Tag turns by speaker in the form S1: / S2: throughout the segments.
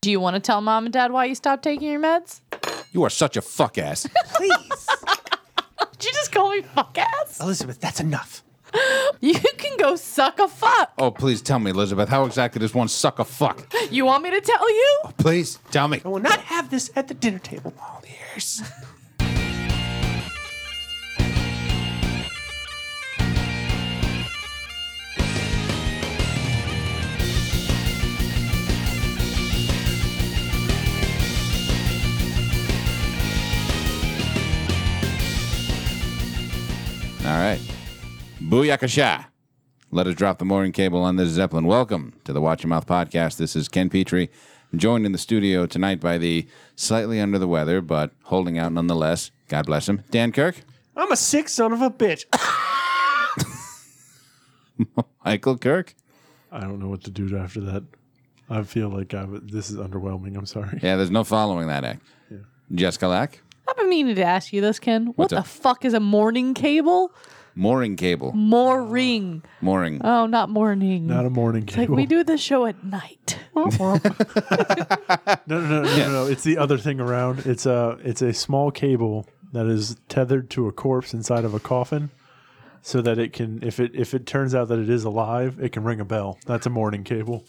S1: Do you want to tell mom and dad why you stopped taking your meds?
S2: You are such a fuck ass.
S3: Please.
S1: Did you just call me fuck ass?
S3: Elizabeth, that's enough.
S1: You can go suck a fuck.
S2: oh, please tell me, Elizabeth, how exactly does one suck a fuck?
S1: You want me to tell you?
S2: Please tell me.
S3: I will not have this at the dinner table. All
S2: All right. Booyakasha. Let us drop the mooring cable on this Zeppelin. Welcome to the Watch Your Mouth podcast. This is Ken Petrie, joined in the studio tonight by the slightly under the weather, but holding out nonetheless. God bless him. Dan Kirk,
S3: I'm a sick son of a bitch.
S2: Michael Kirk.
S4: I don't know what to do after that. I feel like I'm, this is underwhelming. I'm sorry.
S2: Yeah, there's no following that act. Jessica Lack,
S1: I've been meaning to ask you this, Ken. What
S2: What's
S1: the
S2: up?
S1: fuck is a morning cable?
S2: mooring cable.
S1: Mooring.
S2: Mooring.
S1: Oh, not morning.
S4: Not a morning
S1: like
S4: cable.
S1: we do this show at night.
S4: No, no, no, no, no, no. It's the other thing around. It's a it's a small cable that is tethered to a corpse inside of a coffin, so that it can if it if it turns out that it is alive, it can ring a bell. That's a morning cable.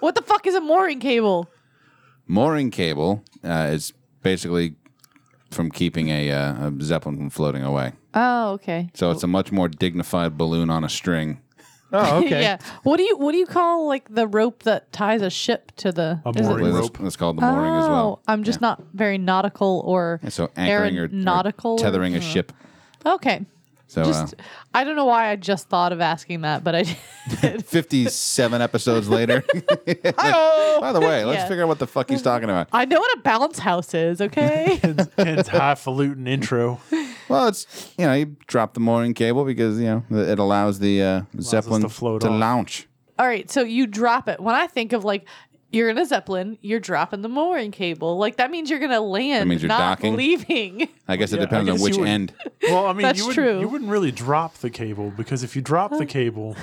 S1: what the fuck is a mooring cable?
S2: mooring cable uh, is basically from keeping a, uh, a zeppelin from floating away.
S1: Oh, okay.
S2: So it's a much more dignified balloon on a string.
S3: Oh, okay.
S1: yeah. What do you what do you call like the rope that ties a ship to the
S4: A
S1: is it-
S4: mooring.
S2: That's,
S4: rope.
S2: that's called the
S1: Oh,
S2: mooring as well.
S1: I'm just not very nautical or
S2: And so anchoring or- or,
S1: aeronautical or-
S2: tethering a ship.
S1: okay.
S2: So
S1: Just
S2: uh,
S1: I don't know why I just thought of asking that, but I did.
S2: 57 episodes later. By the way, let's
S1: Yeah.
S2: figure out what the fuck he's talking about.
S1: I know what a bounce house is, okay?
S4: Hence, hence highfalutin intro.
S2: Well, it's, you know, you drop the mooring cable because, you know, it allows the uh, Zeppelin
S4: to float
S2: to
S4: off.
S2: launch.
S1: All right, so you drop it. When I think of like you're in a zeppelin, you're dropping the mooring cable. Like that means you're gonna land,
S2: means you're
S1: not
S2: docking.
S1: leaving.
S2: I guess it
S4: Yeah, I
S2: depends on
S4: guess you
S2: which
S4: would-
S2: end.
S4: Well, I mean,
S1: That's
S4: you wouldn't,
S1: true.
S4: You wouldn't really drop the cable because if you drop the cable,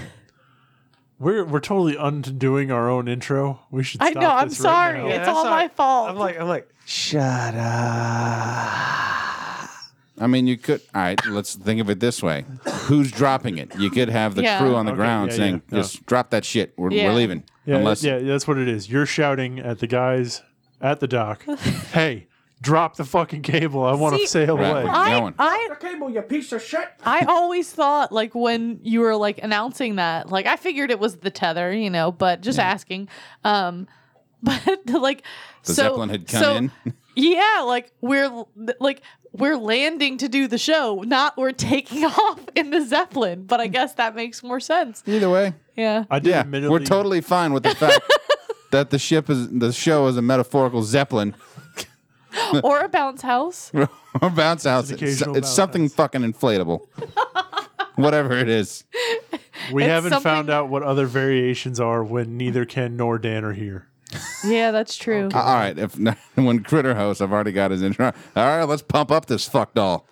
S4: we're we're totally undoing our own intro. We should.
S1: I
S4: Stop
S1: know. I'm
S4: this right
S1: sorry.
S4: now.
S1: it's
S3: that's
S1: all
S3: all
S1: my
S3: right.
S1: fault.
S3: I'm like, I'm like, shut up.
S2: I mean, you could. All right, let's think of it this way: Who's dropping it? You could have the
S1: Yeah.
S2: crew on the
S4: Okay,
S2: ground
S4: yeah,
S2: saying,
S4: yeah, no.
S2: "Just drop that shit. We're,
S1: Yeah.
S2: we're leaving."
S4: Yeah,
S2: Unless
S4: yeah, that's what it is. You're shouting at the guys at the dock, "Hey, drop the fucking cable! I want
S1: See-
S4: to sail
S2: Right.
S4: away."
S1: I,
S2: going.
S1: I
S3: Cable, you piece of shit.
S1: I always thought like when you were like announcing that, like I figured it was the tether, you know, but just asking. Um but like
S2: the
S1: so,
S2: zeppelin had come
S1: so-
S2: in,
S1: Yeah, like we're like we're landing to do the show, not we're taking off in the zeppelin. But I guess that makes more sense.
S2: either way,
S1: Yeah.
S4: I did
S2: yeah,
S4: admittedly.
S2: we're totally fine with the fact that the ship is the show is a metaphorical zeppelin
S1: or a bounce house.
S2: or bounce house. It's,
S4: It's an occasional
S2: it's
S4: bounce
S2: something
S4: house.
S2: fucking inflatable, whatever it is.
S4: We
S1: It's
S4: haven't found
S1: something-
S4: out what other variations are when neither Ken nor Dan are here.
S1: Yeah, that's true.
S2: Uh, All right, if when Critter hosts, I've already got his intro. All right, let's pump up this fuck doll.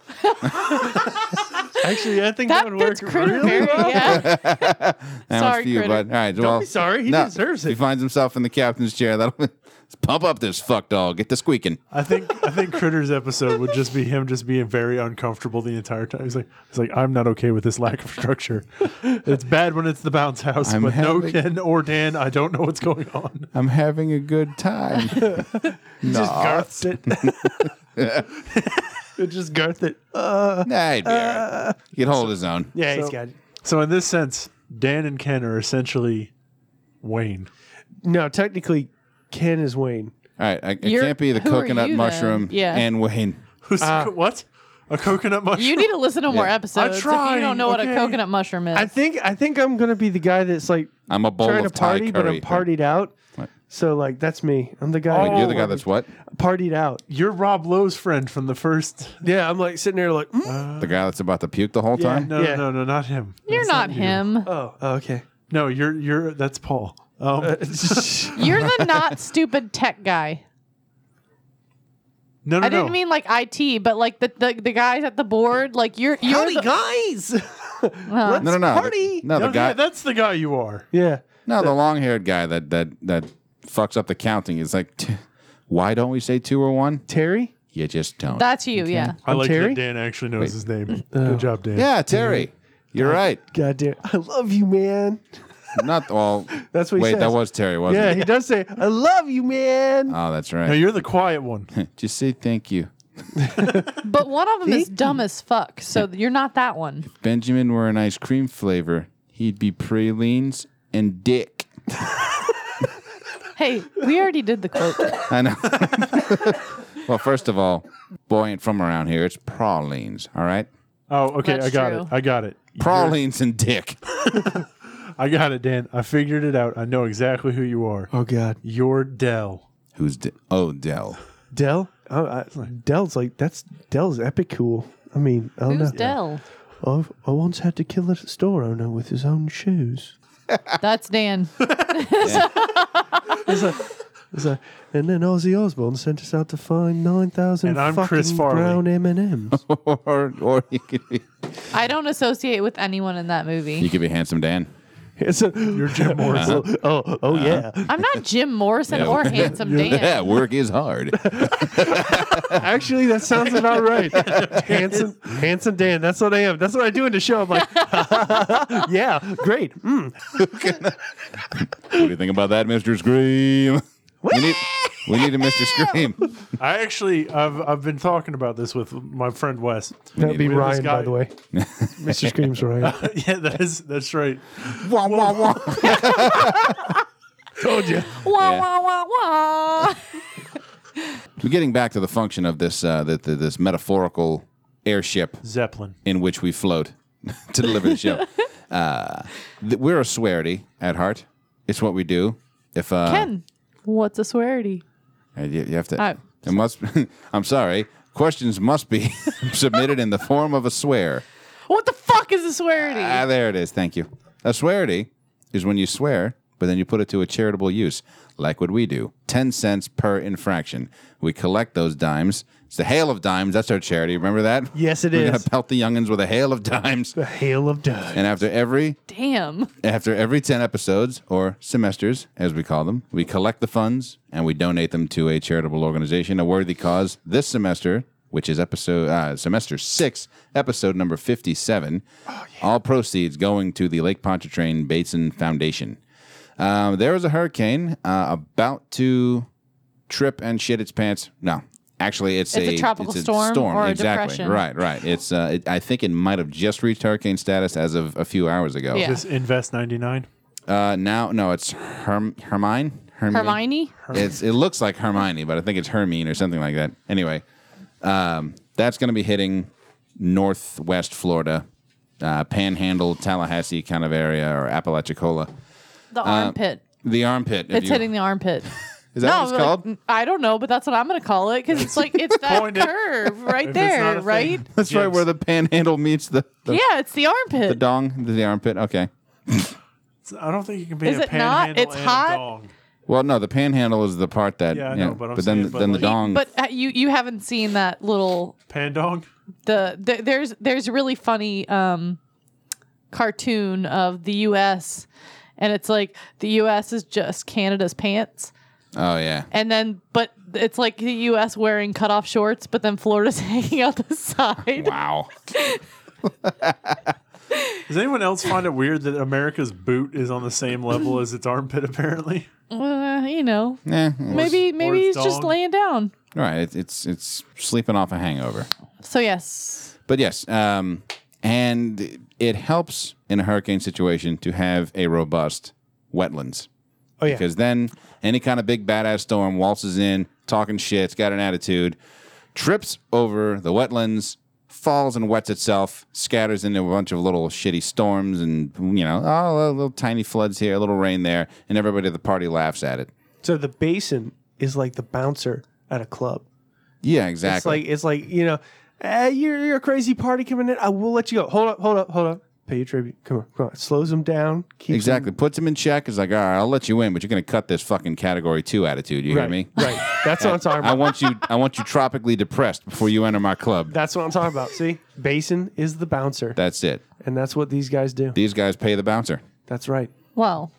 S4: Actually, I think that,
S1: that
S4: would
S1: fits
S4: work
S1: Critter
S4: really
S1: very
S4: well.
S1: yeah.
S2: That
S1: Sorry,
S2: one's for you,
S1: Critter.
S2: bud. All right, well,
S3: be sorry. He deserves
S2: He
S3: it.
S2: finds himself in the captain's chair. That'll let's pump up this fuck dog. Get the squeaking.
S4: I think I think Critter's episode would just be him just being very uncomfortable the entire time. He's like, he's like, I'm not okay with this lack of structure. It's bad when it's the bounce house,
S2: I'm
S4: but no
S2: having-
S4: Ken or Dan. I don't know what's going on.
S2: I'm having a good time.
S4: just garths it. it just garth it.
S2: nah, he'd be all right. He'd hold his own.
S3: Yeah,
S4: So-
S3: he's got it.
S4: So in this sense, Dan and Ken are essentially Wayne.
S3: No, technically, Ken is Wayne.
S2: All right, I, it
S1: You're-
S2: can't be the
S1: who are
S2: coconut
S1: you,
S2: mushroom
S1: then? Yeah.
S2: and Wayne.
S4: Who's what? A coconut mushroom?
S1: Uh, You need to listen to more
S2: Yeah.
S1: episodes if you
S4: trying,
S1: don't know what a
S4: okay?
S1: coconut mushroom is.
S3: I think I think I'm gonna be the guy that's like
S2: I'm a bowl
S3: trying to
S2: of Thai
S3: party,
S2: curry.
S3: but I'm partied out.
S2: What?
S3: So like that's me. I'm the guy.
S2: Wait, you're the guy that's what?
S3: partied out.
S4: You're Rob Lowe's friend from the first.
S3: Yeah, I'm like sitting there like. mm.
S2: The guy that's about to puke the whole time?
S4: No,
S3: Yeah.
S4: no, no, not him.
S1: You're
S4: That's
S1: not
S4: you.
S1: him.
S2: Uh-huh.
S3: Oh, oh, okay.
S4: No, you're you're that's Paul. Um,
S5: Uh,
S1: You're the not stupid tech guy.
S4: no, no,
S1: I didn't
S4: no.
S1: mean like IT, but like the, the, the guys at the board, like you're you're
S3: Howdy,
S1: the,
S3: guys.
S1: Well,
S2: No, no, no.
S3: Party.
S2: The, no,
S4: No,
S2: the
S4: yeah,
S2: guy.
S4: that's the guy you are.
S3: yeah.
S2: no, the long-haired guy that that that fucks up the counting. It's like, "T- why don't we say two or one?
S5: Terry?
S2: You just don't.
S1: That's you, yeah.
S4: I like
S5: Terry?
S4: that Dan actually knows his name.
S5: Oh.
S4: Good job, Dan.
S2: yeah, Terry. You're right.
S5: God damn. I love you, man.
S2: Not all.
S5: That's what he
S2: Wait, that
S5: says.
S2: was Terry, wasn't
S5: Yeah,
S2: it?
S5: he does say, I love you, man.
S2: Oh, that's
S4: No,
S2: right.
S4: you're the quiet one.
S2: Just say thank you.
S1: But one of them is dumb as fuck, so you're not that one.
S2: Benjamin were an ice cream flavor, he'd be pralines and dick.
S1: Hey, we already did the quote.
S2: I know. well, first of all, boy ain't from around here. It's pralines, all right?
S4: Oh, okay.
S1: That's
S4: I got
S1: true.
S4: it. I got it.
S2: Pralines and dick.
S4: You're- I got it, Dan. I figured it out. I know exactly who you are.
S5: Oh, God.
S4: You're Dell.
S2: Who's D- Odell?
S5: Dell? Oh, I, Dell's like, that's Dell's epic cool. I mean, I don't
S1: Who's
S5: know.
S1: Dell?
S5: I've, I once had to kill a store owner with his own shoes.
S1: That's Dan.
S5: It's like, and then Ozzy Osbourne sent us out to find 9,000
S4: And I'm
S5: fucking
S4: Chris Farley.
S5: brown M&Ms.
S2: or or you could be
S1: I don't associate with anyone in that
S2: you
S1: movie.
S2: could be handsome Dan.
S5: It's a-
S4: You're Jim Morrison.
S5: oh, oh yeah.
S1: I'm not Jim Morrison
S2: Yeah.
S1: or Handsome Dan.
S2: Yeah, work is hard.
S5: Actually, that sounds about right. Handsome, handsome Dan. That's what I am. That's what I do in the show. I'm like, yeah, great. Mm.
S2: What do you think about that, Mr. Scream? we, need, we need a Mr. Scream.
S4: I actually, I've, I've been talking about this with my friend Wes.
S5: That'd be
S4: We have
S5: Ryan, by
S4: this guy-
S5: the way. Mr. Scream's Ryan.
S4: yeah, that is that's right.
S2: wah, wah, wah.
S4: Told you.
S1: Wah,
S2: Yeah.
S1: wah, wah, wah.
S2: We're getting back to the function of this uh, the, the, this metaphorical airship
S4: Zeppelin.
S2: in which we float to deliver the show. Uh, th- we're a swearity at heart. It's what we do. If uh,
S1: Ken, what's a swearity?
S2: uh, you, you have to,
S1: I-
S2: it must. I'm sorry. Questions must be submitted in the form of a swear.
S1: What the fuck is a swearity?
S2: Ah, there it is. Thank you. A swearity is when you swear, but then you put it to a charitable use, like what we do. 10 cents per infraction. We collect those dimes. It's the hail of dimes. That's our charity. Remember that?
S5: Yes, it
S2: We're going
S5: is.
S2: to pelt the youngins with a hail of dimes.
S5: The hail of death.
S2: And after every
S1: Damn.
S2: after every 10 episodes or semesters, as we call them, we collect the funds and we donate them to a charitable organization, a worthy cause. This semester, which is episode uh, semester six, episode number 57,
S1: Oh,
S2: all proceeds going to the Lake Pontchartrain Basin Foundation. Um, there was a hurricane uh, about to trip and shit its pants. No, actually, it's,
S1: It's a tropical
S2: it's
S1: storm or a
S2: exactly.
S1: depression.
S2: Right, right. It's. Uh, it, I think it might have just reached hurricane status as of a few hours ago.
S1: Yeah.
S4: This Invest 99.
S2: Uh, now, no, it's Herm Hermine. Hermine.
S1: Hermione?
S2: It's it looks like Hermione, but I think it's Hermine or something like that. Anyway, um, that's going to be hitting northwest Florida, uh, Panhandle, Tallahassee kind of area, or Apalachicola,
S1: The armpit.
S2: the armpit.
S1: It's
S2: if Uh, you-
S1: hitting the armpit.
S2: Is that what it's
S1: like,
S2: called?
S1: I don't know, but that's what I'm going to call it because it's like it's that
S4: Pointed.
S1: curve right
S4: If it's not
S1: there,
S4: a thing,
S1: right?
S2: that's right
S4: Jibs.
S2: where the Panhandle meets the the,
S1: Yeah, it's the
S2: the
S1: armpit.
S2: dong, the, armpit. Okay.
S4: I don't think you can be
S1: Is
S4: a
S1: it not?
S4: panhandle
S1: It's
S4: and
S1: hot.
S4: a dong.
S2: Well, no, the Panhandle is the part that.
S4: Yeah, I know, but I'm
S2: then
S4: saying, but
S2: then
S4: like-
S2: the dong.
S1: but uh, you you haven't seen that little
S4: Pandong.
S1: the, the there's there's a really funny um cartoon of the US and it's like the US is just Canada's pants
S2: oh yeah.
S1: and then but it's like the US wearing cutoff shorts but then Florida's hanging out the side.
S2: Wow.
S4: Does anyone else find it weird that America's boot is on the same level as its armpit? Apparently,
S1: Uh, you know.
S2: Eh,
S1: Maybe maybe he's
S4: it's
S1: just
S4: dog.
S1: laying down.
S2: all right. It, it's it's sleeping off a hangover.
S1: So yes.
S2: But yes, um, and it helps in a hurricane situation to have a robust wetlands
S5: Oh, yeah.
S2: because then any kind of big badass storm waltzes in, talking shit's got an attitude, trips over the wetlands, falls and wets itself, scatters into a bunch of little shitty storms, and you know, oh, little tiny floods here, a little rain there, and everybody at the party laughs at it.
S5: so the basin is like the bouncer at a club.
S2: Yeah,
S5: It's
S2: exactly.
S5: like, it's like you know, eh, you're, you're a crazy party coming in. I will let you go. Hold up, hold up, hold up. Pay your tribute. Come on, come on. Slows them down. Keeps 'em-
S2: Exactly. Puts him in check. Is like, all right, I'll let you in, but you're going to cut this fucking category two attitude. You hear
S5: Right,
S2: me?
S5: right. That's what I'm talking
S2: I
S5: about.
S2: want you. I want you tropically depressed before you enter my club.
S5: That's what I'm talking about. See, basin is the bouncer,
S2: That's it.
S5: and that's what these guys do.
S2: These guys pay the bouncer.
S5: That's right.
S1: Well,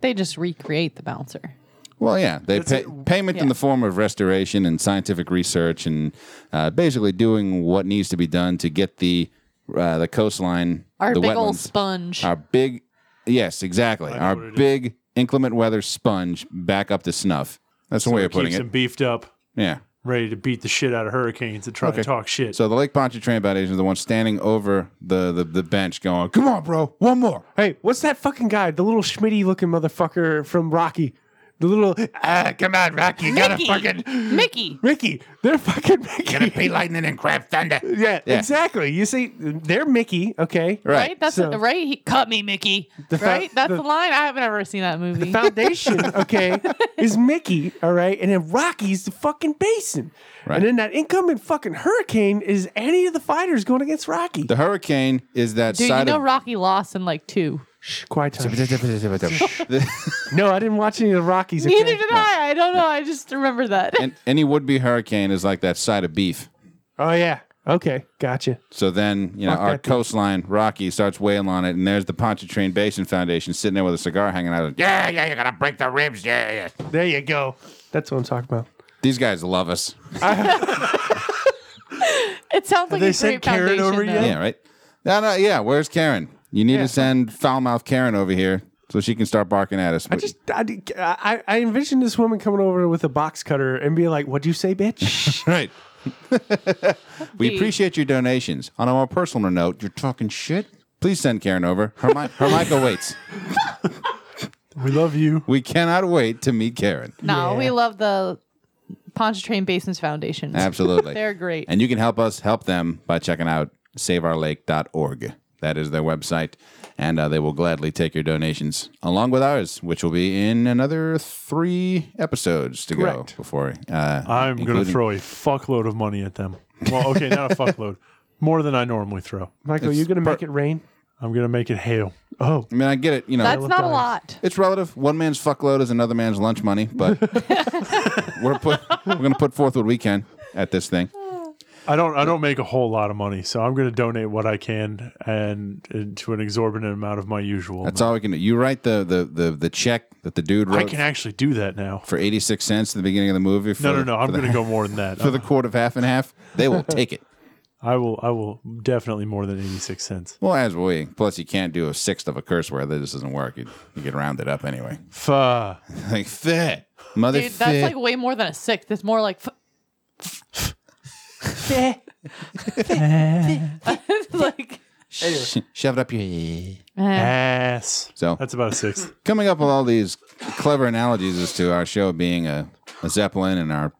S1: they just recreate the bouncer.
S2: Well, yeah, they
S4: It's
S2: pay,
S4: a-
S2: payment in
S1: yeah.
S2: the form of restoration and scientific research, and uh, basically doing what needs to be done to get the uh, the coastline,
S1: Our
S2: the
S1: big
S2: wetlands,
S1: old sponge.
S2: our big, yes, exactly,
S4: I know
S2: our
S4: what it is.
S2: big inclement weather sponge back up to snuff. That's the way of putting
S4: Keeps
S2: it.
S4: them beefed up,
S2: yeah.
S4: ready to beat the shit out of hurricanes and try
S2: Okay.
S4: to talk shit.
S2: So the Lake Pontchartrain Foundation is the one standing over the, the, the bench, going, "Come on, bro, one more."
S3: Hey, what's that fucking guy? The little Schmitty looking motherfucker from Rocky. The little ah, come on, Rocky, you gotta
S1: Mickey!
S3: fucking
S1: Mickey.
S3: Ricky. They're fucking Mickey.
S2: lightning and crap thunder.
S3: yeah,
S2: Yeah.
S3: exactly. You see, they're Mickey. Okay,
S1: Right,
S2: Right.
S1: that's
S3: so-
S1: right. He cut me, Mickey.
S3: fa-
S1: right, that's
S3: the-
S1: the, line. I haven't ever seen that movie.
S3: The foundation, okay, is Mickey, all right, and then Rocky's the fucking basin,
S2: Right.
S3: and then that incoming fucking hurricane is any of the fighters going against Rocky.
S2: The hurricane is that
S1: Dude, you
S2: side
S1: know
S2: of.
S1: Rocky lost in like two.
S3: Shh, quiet time.
S2: The-
S3: no, I didn't watch any of the Rockies. okay?
S1: Neither did I. I don't know. I just remember that.
S2: an- any would be hurricane is like that side of beef.
S3: Oh yeah, okay, gotcha.
S2: So then, you know,
S3: Fuck
S2: our
S3: that thing.
S2: coastline, Rocky, starts wailing on it, and there's the Pontchartrain Basin Foundation sitting there with a cigar hanging out. Yeah, yeah, you gotta break the ribs. Yeah, yeah.
S3: There you go. That's what I'm talking about.
S2: These guys love us.
S1: It sounds like
S4: they
S1: a great
S4: sent Karen
S1: foundation.
S4: over
S1: though.
S4: yet?
S2: Yeah, right. No, no, yeah. Where's Karen? You need to send foul-mouthed Karen over here so she can start barking at us.
S3: I just I, did- I, I envisioned this woman coming over with a box cutter and being like, "What'd you say, bitch?"
S2: right. we
S1: Be-
S2: appreciate your donations. On a more personal note, you're talking shit. Please send Karen over. Her, mi- her mic awaits.
S4: we love you.
S2: We cannot wait to meet Karen.
S1: No,
S3: Yeah.
S1: we love the Pontchartrain Basins Foundation.
S2: Absolutely.
S1: They're great.
S2: And you can help us help them by checking out saveourlake.org. That is their website. And uh, they will gladly take your donations along with ours, which will be in another three episodes to go
S3: Correct.
S2: before. Uh,
S4: I'm going to
S2: including-
S4: throw a fuckload of money at them. Well, okay, not a fuckload. More than I normally throw.
S3: Michael, you gonna make it rain?
S4: I'm going to make it hail.
S3: Oh,
S2: I mean, I get it. You know,
S1: That's not a
S3: dimes.
S1: lot.
S2: it's relative. One man's fuckload is another man's lunch money, but we're put we're gonna put forth what we can at this thing.
S4: I don't I don't make a whole lot of money, so I'm going to donate what I can and, and to an exorbitant amount of my usual.
S2: That's
S4: amount.
S2: all we can do. You write the the the, the check that the dude
S4: I
S2: wrote
S4: can actually do that now.
S2: for eighty six cents at the beginning of the movie. For,
S4: No, no,
S2: the-
S4: no. I'm
S2: for the-
S4: going to go more than that.
S2: for the quart of half and half. They will take it.
S4: I will I will definitely more than 86 cents.
S2: Well, as we. Plus, you can't do a sixth of a curse word. That just doesn't work. You, you get rounded up anyway.
S4: Fuh.
S2: like, fit. Mother
S1: Dude, that's
S2: fit.
S1: like way more than a sixth. It's more like.
S3: Eh.
S1: it's like
S2: Sh- shove it up your.
S1: eh,
S4: Ass.
S2: So,
S4: That's about a six.
S2: coming up with all these clever analogies as to our show being a, a Zeppelin and our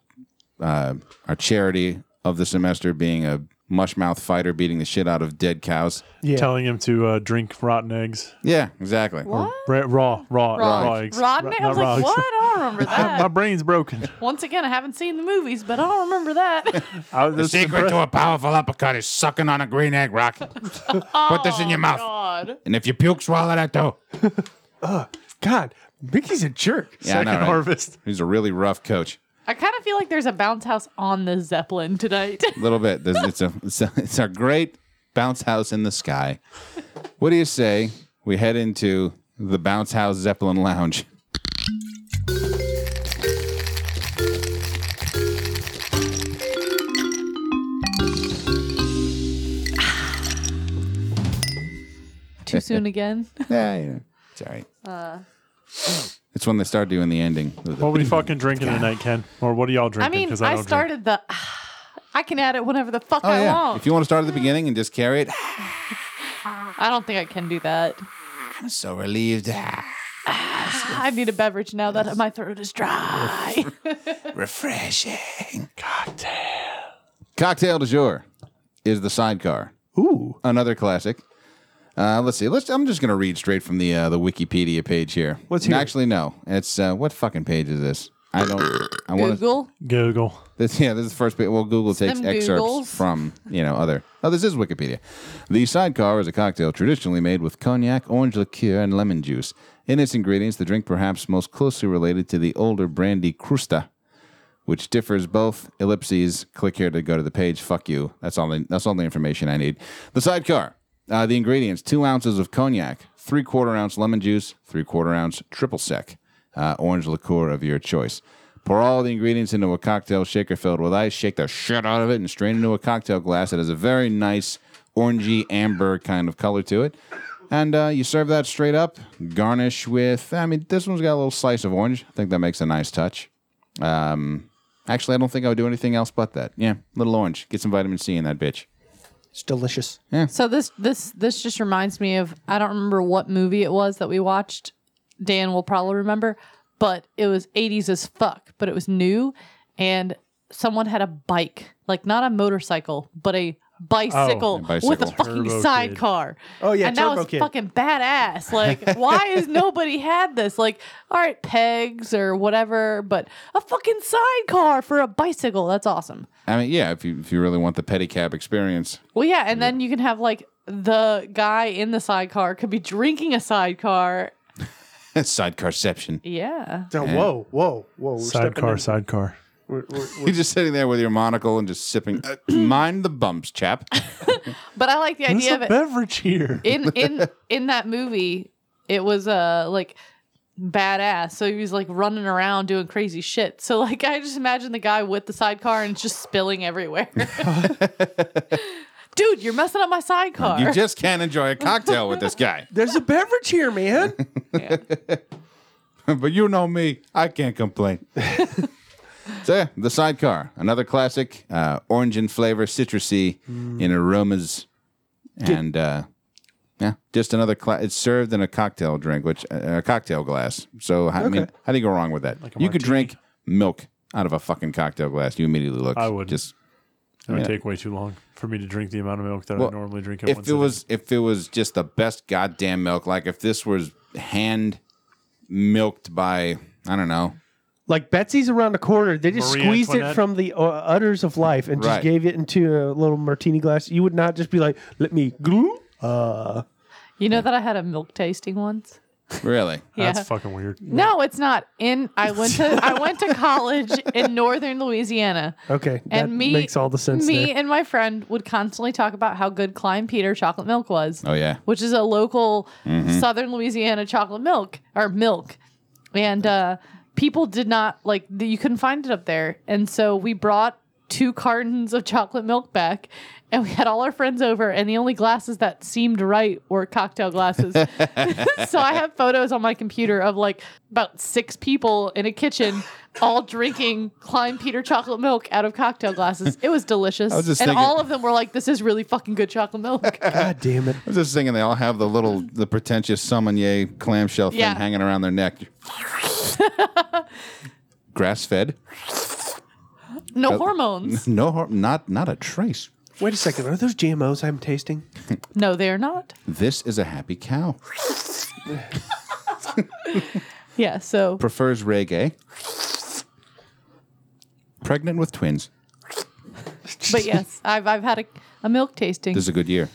S2: uh, our charity of the semester being a mushmouth fighter beating the shit out of dead cows.
S3: Yeah.
S4: Telling him to uh, drink rotten eggs.
S2: Yeah, exactly.
S1: what?
S4: Ra- raw, raw, raw,
S1: Rod-
S4: eggs.
S1: Rodney?
S4: Ra-
S1: I was
S4: not raw
S1: like,
S4: eggs.
S1: what? I don't remember
S4: My
S1: that.
S4: brain's broken.
S1: Once again, I haven't seen the movies, but I don't remember that.
S4: I was just impressed.
S2: a powerful uppercut is sucking on a green egg, Rock. Put this in your mouth.
S1: Oh, God.
S2: And if you puke, swallow that too.
S3: God, Mickey's a jerk.
S2: Yeah, I know,
S4: Second
S2: right?
S4: harvest.
S2: He's a really rough coach.
S1: I kind of feel like there's a bounce house on the Zeppelin tonight.
S2: A little bit. There's, it's a it's a, it's a great bounce house in the sky. What do you say we head into the bounce house Zeppelin lounge?
S1: Too soon again.
S2: Yeah, yeah. It's all right. it's when they start doing the ending. with the-
S4: What were you fucking drinking tonight, Ken? Or what are y'all
S1: I
S4: drinking?
S1: mean,
S4: 'Cause
S1: I,
S4: don't drink.
S1: started the. I can add it whenever the fuck
S2: Oh
S1: I
S2: yeah!
S1: want.
S2: If you want to start at the beginning and just carry it,
S1: I don't think I can do that.
S2: I'm so relieved, Ah,
S1: I need a beverage now that my throat is dry.
S2: refreshing cocktail. Cocktail du jour is the sidecar.
S3: Ooh,
S2: Another classic. Uh, let's see. Let's. I'm just gonna read straight from the uh, the Wikipedia page here.
S3: Let's hear it.
S2: Actually, no. It's uh, what fucking page is this? I don't. I want to.
S1: Google.
S4: Google.
S2: This, yeah, this is the first page. Well, Google takes
S1: them
S2: excerpts
S1: Googles.
S2: from you know other. Oh, this is Wikipedia. The sidecar is a cocktail traditionally made with cognac, orange liqueur, and lemon juice. In its ingredients, the drink perhaps most closely related to the older brandy crusta, which differs both. Ellipses. Click here to go to the page. Fuck you. That's all. The, that's all the information I need. The sidecar. Uh, the ingredients: two ounces of cognac, three quarter ounce lemon juice, three quarter ounce triple sec, uh, orange liqueur of your choice. Pour all the ingredients into a cocktail shaker filled with ice. Shake the shit out of it and strain into a cocktail glass. It has a very nice orangey amber kind of color to it. And uh, you serve that straight up. Garnish with, I mean, this one's got a little slice of orange. I think that makes a nice touch. Um, actually, I don't think I would do anything else but that. Yeah, little orange. Get some vitamin C in that bitch.
S5: It's delicious.
S1: So this this this just reminds me of I don't remember what movie it was that we watched. Dan will probably remember, but it was 80s as fuck, but it was new and someone had a bike, like not a motorcycle, but a bicycle,
S2: Oh. A bicycle.
S1: with a fucking
S4: Turbo
S1: sidecar.
S5: Oh, yeah,
S1: And that
S5: Turbo
S1: was
S5: Kid.
S1: fucking badass. Like why has nobody had this? Like all right, pegs or whatever, but a fucking sidecar for a bicycle. That's awesome.
S2: I mean, yeah, if you, if you really want the pedicab experience,
S1: Well, yeah, and then you can have like the guy in the sidecar could be drinking a sidecar.
S2: sidecarception.
S1: Yeah.
S5: Now, whoa, whoa, whoa. We're stepping
S4: Sidecar,
S5: in-
S4: sidecar.
S5: we're- we're- we're-
S2: You're just sitting there with your monocle and just sipping. Mind the bumps, chap.
S1: But I like the
S4: There's
S1: idea
S4: a
S1: of it.
S4: beverage here.
S1: in in in that movie, it was uh like badass. So he was like running around doing crazy shit. So like I just imagine the guy with the sidecar and it's just spilling everywhere. Dude, you're messing up my sidecar.
S2: You just can't enjoy a cocktail with this guy.
S5: There's a beverage here, man.
S2: but you know me, I can't complain. so yeah, the sidecar, another classic, uh, orange in flavor, citrusy
S4: Mm.
S2: in aromas, and uh, yeah, just another. Cla- it's served in a cocktail drink, which uh, a cocktail glass. So I mean, how do you go wrong with that? you could drink milk out of a fucking cocktail glass. You immediately look.
S4: I wouldn't.
S2: Just
S4: It would take way too long for me to drink the amount of milk that I
S2: Well,
S4: normally drink. In
S2: if
S4: one
S2: it
S4: sitting.
S2: was if it was just the best goddamn milk, like if this was hand milked by I don't know
S5: like Betsy's around the corner. They just
S4: Marie
S5: squeezed
S4: Antoinette.
S5: it from the uh, udders of life and just
S2: Right.
S5: gave it into a little martini glass. You would not just be like, "Let me glue." Uh,
S1: you know that I had a milk tasting once?
S2: really.
S1: Yeah.
S4: that's fucking weird.
S1: no, it's not. In I went to I went to college in northern Louisiana.
S5: okay, that
S1: and me
S5: makes all the sense.
S1: Me
S5: there.
S1: and my friend would constantly talk about how good Klein Peter chocolate milk was,
S2: Oh yeah.
S1: which is a local Southern Louisiana chocolate milk or milk, and uh, people did not like th- you couldn't find it up there, and so we brought two cartons of chocolate milk back. And we had all our friends over, and the only glasses that seemed right were cocktail glasses. so I have photos on my computer of like about six people in a kitchen all drinking Klein Peter chocolate milk out of cocktail glasses. It was delicious.
S2: was just
S1: and
S2: thinking-
S1: all of them were like, this is really fucking good chocolate milk.
S5: God damn it!
S2: I was just thinking they all have the little, the pretentious sommelier clamshell thing
S1: Yeah.
S2: hanging around their neck. Grass fed,
S1: No hormones.
S2: no, har- not not a trace.
S5: Wait a second. Are those GMOs I'm tasting?
S1: No, they're not.
S2: This is a happy cow.
S1: Yeah, so
S2: Prefers reggae. Pregnant with twins.
S1: but yes, I've I've had a, a milk tasting.
S2: This is a good year.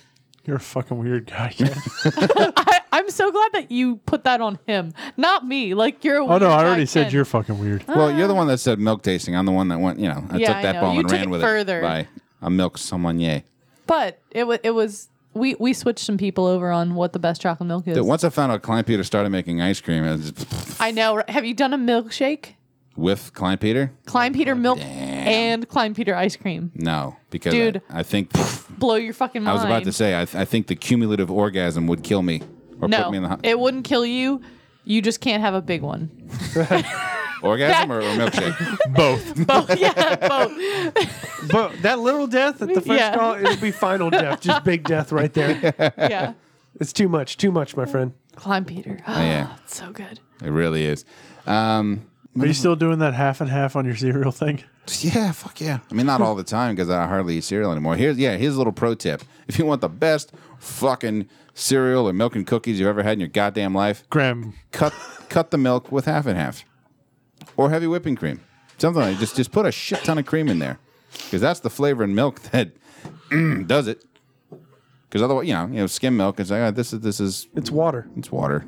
S4: You're a fucking weird guy. Ken.
S1: I, I'm so glad that you put that on him. Not me. Like you're a
S4: oh no, I already
S1: said
S4: said you're fucking weird.
S2: Well, you're the one that said milk tasting. I'm the one that went. You know, I
S1: Yeah,
S2: took
S1: I
S2: that
S1: know.
S2: ball
S1: You
S2: and
S1: took
S2: ran
S1: it
S2: with
S1: further.
S2: it by a milk sommelier.
S1: But it was it was we, we switched some people over on what the best chocolate milk is.
S2: Dude, once I found out Klein Peter started making ice cream it was
S1: I know. right? Have you done a milkshake?
S2: with Klein Peter,
S1: Klein
S2: Oh,
S1: Peter milk and Klein Peter ice cream.
S2: no, because
S1: Dude.
S2: I, I think.
S1: Blow your fucking mind.
S2: I was about to say, I, th- I think the cumulative orgasm would kill me or
S1: no,
S2: put me in the ho-
S1: it wouldn't kill you. You just can't have a big one.
S2: orgasm or, or milkshake.
S4: Both.
S1: Both, yeah, both.
S5: But that little death at the first
S1: Yeah.
S5: call, it'll be final death. Just big death right there.
S1: Yeah.
S5: It's too much. Too much, my friend.
S1: Klein Peter. Oh,
S2: yeah.
S1: it's so good.
S2: it really is. Um,
S4: Are you still doing that half and half on your cereal thing?
S2: yeah, fuck yeah. I mean, not all the time because I hardly eat cereal anymore. Here's yeah, here's a little pro tip. If you want the best fucking cereal or milk and cookies you've ever had in your goddamn life,
S4: Graham,
S2: cut cut the milk with half and half, or heavy whipping cream. Something like just just put a shit ton of cream in there, because that's the flavor in milk that mm, does it. Because otherwise, you know, you know, skim milk. It's like oh, this is this is
S5: It's water.
S2: it's water.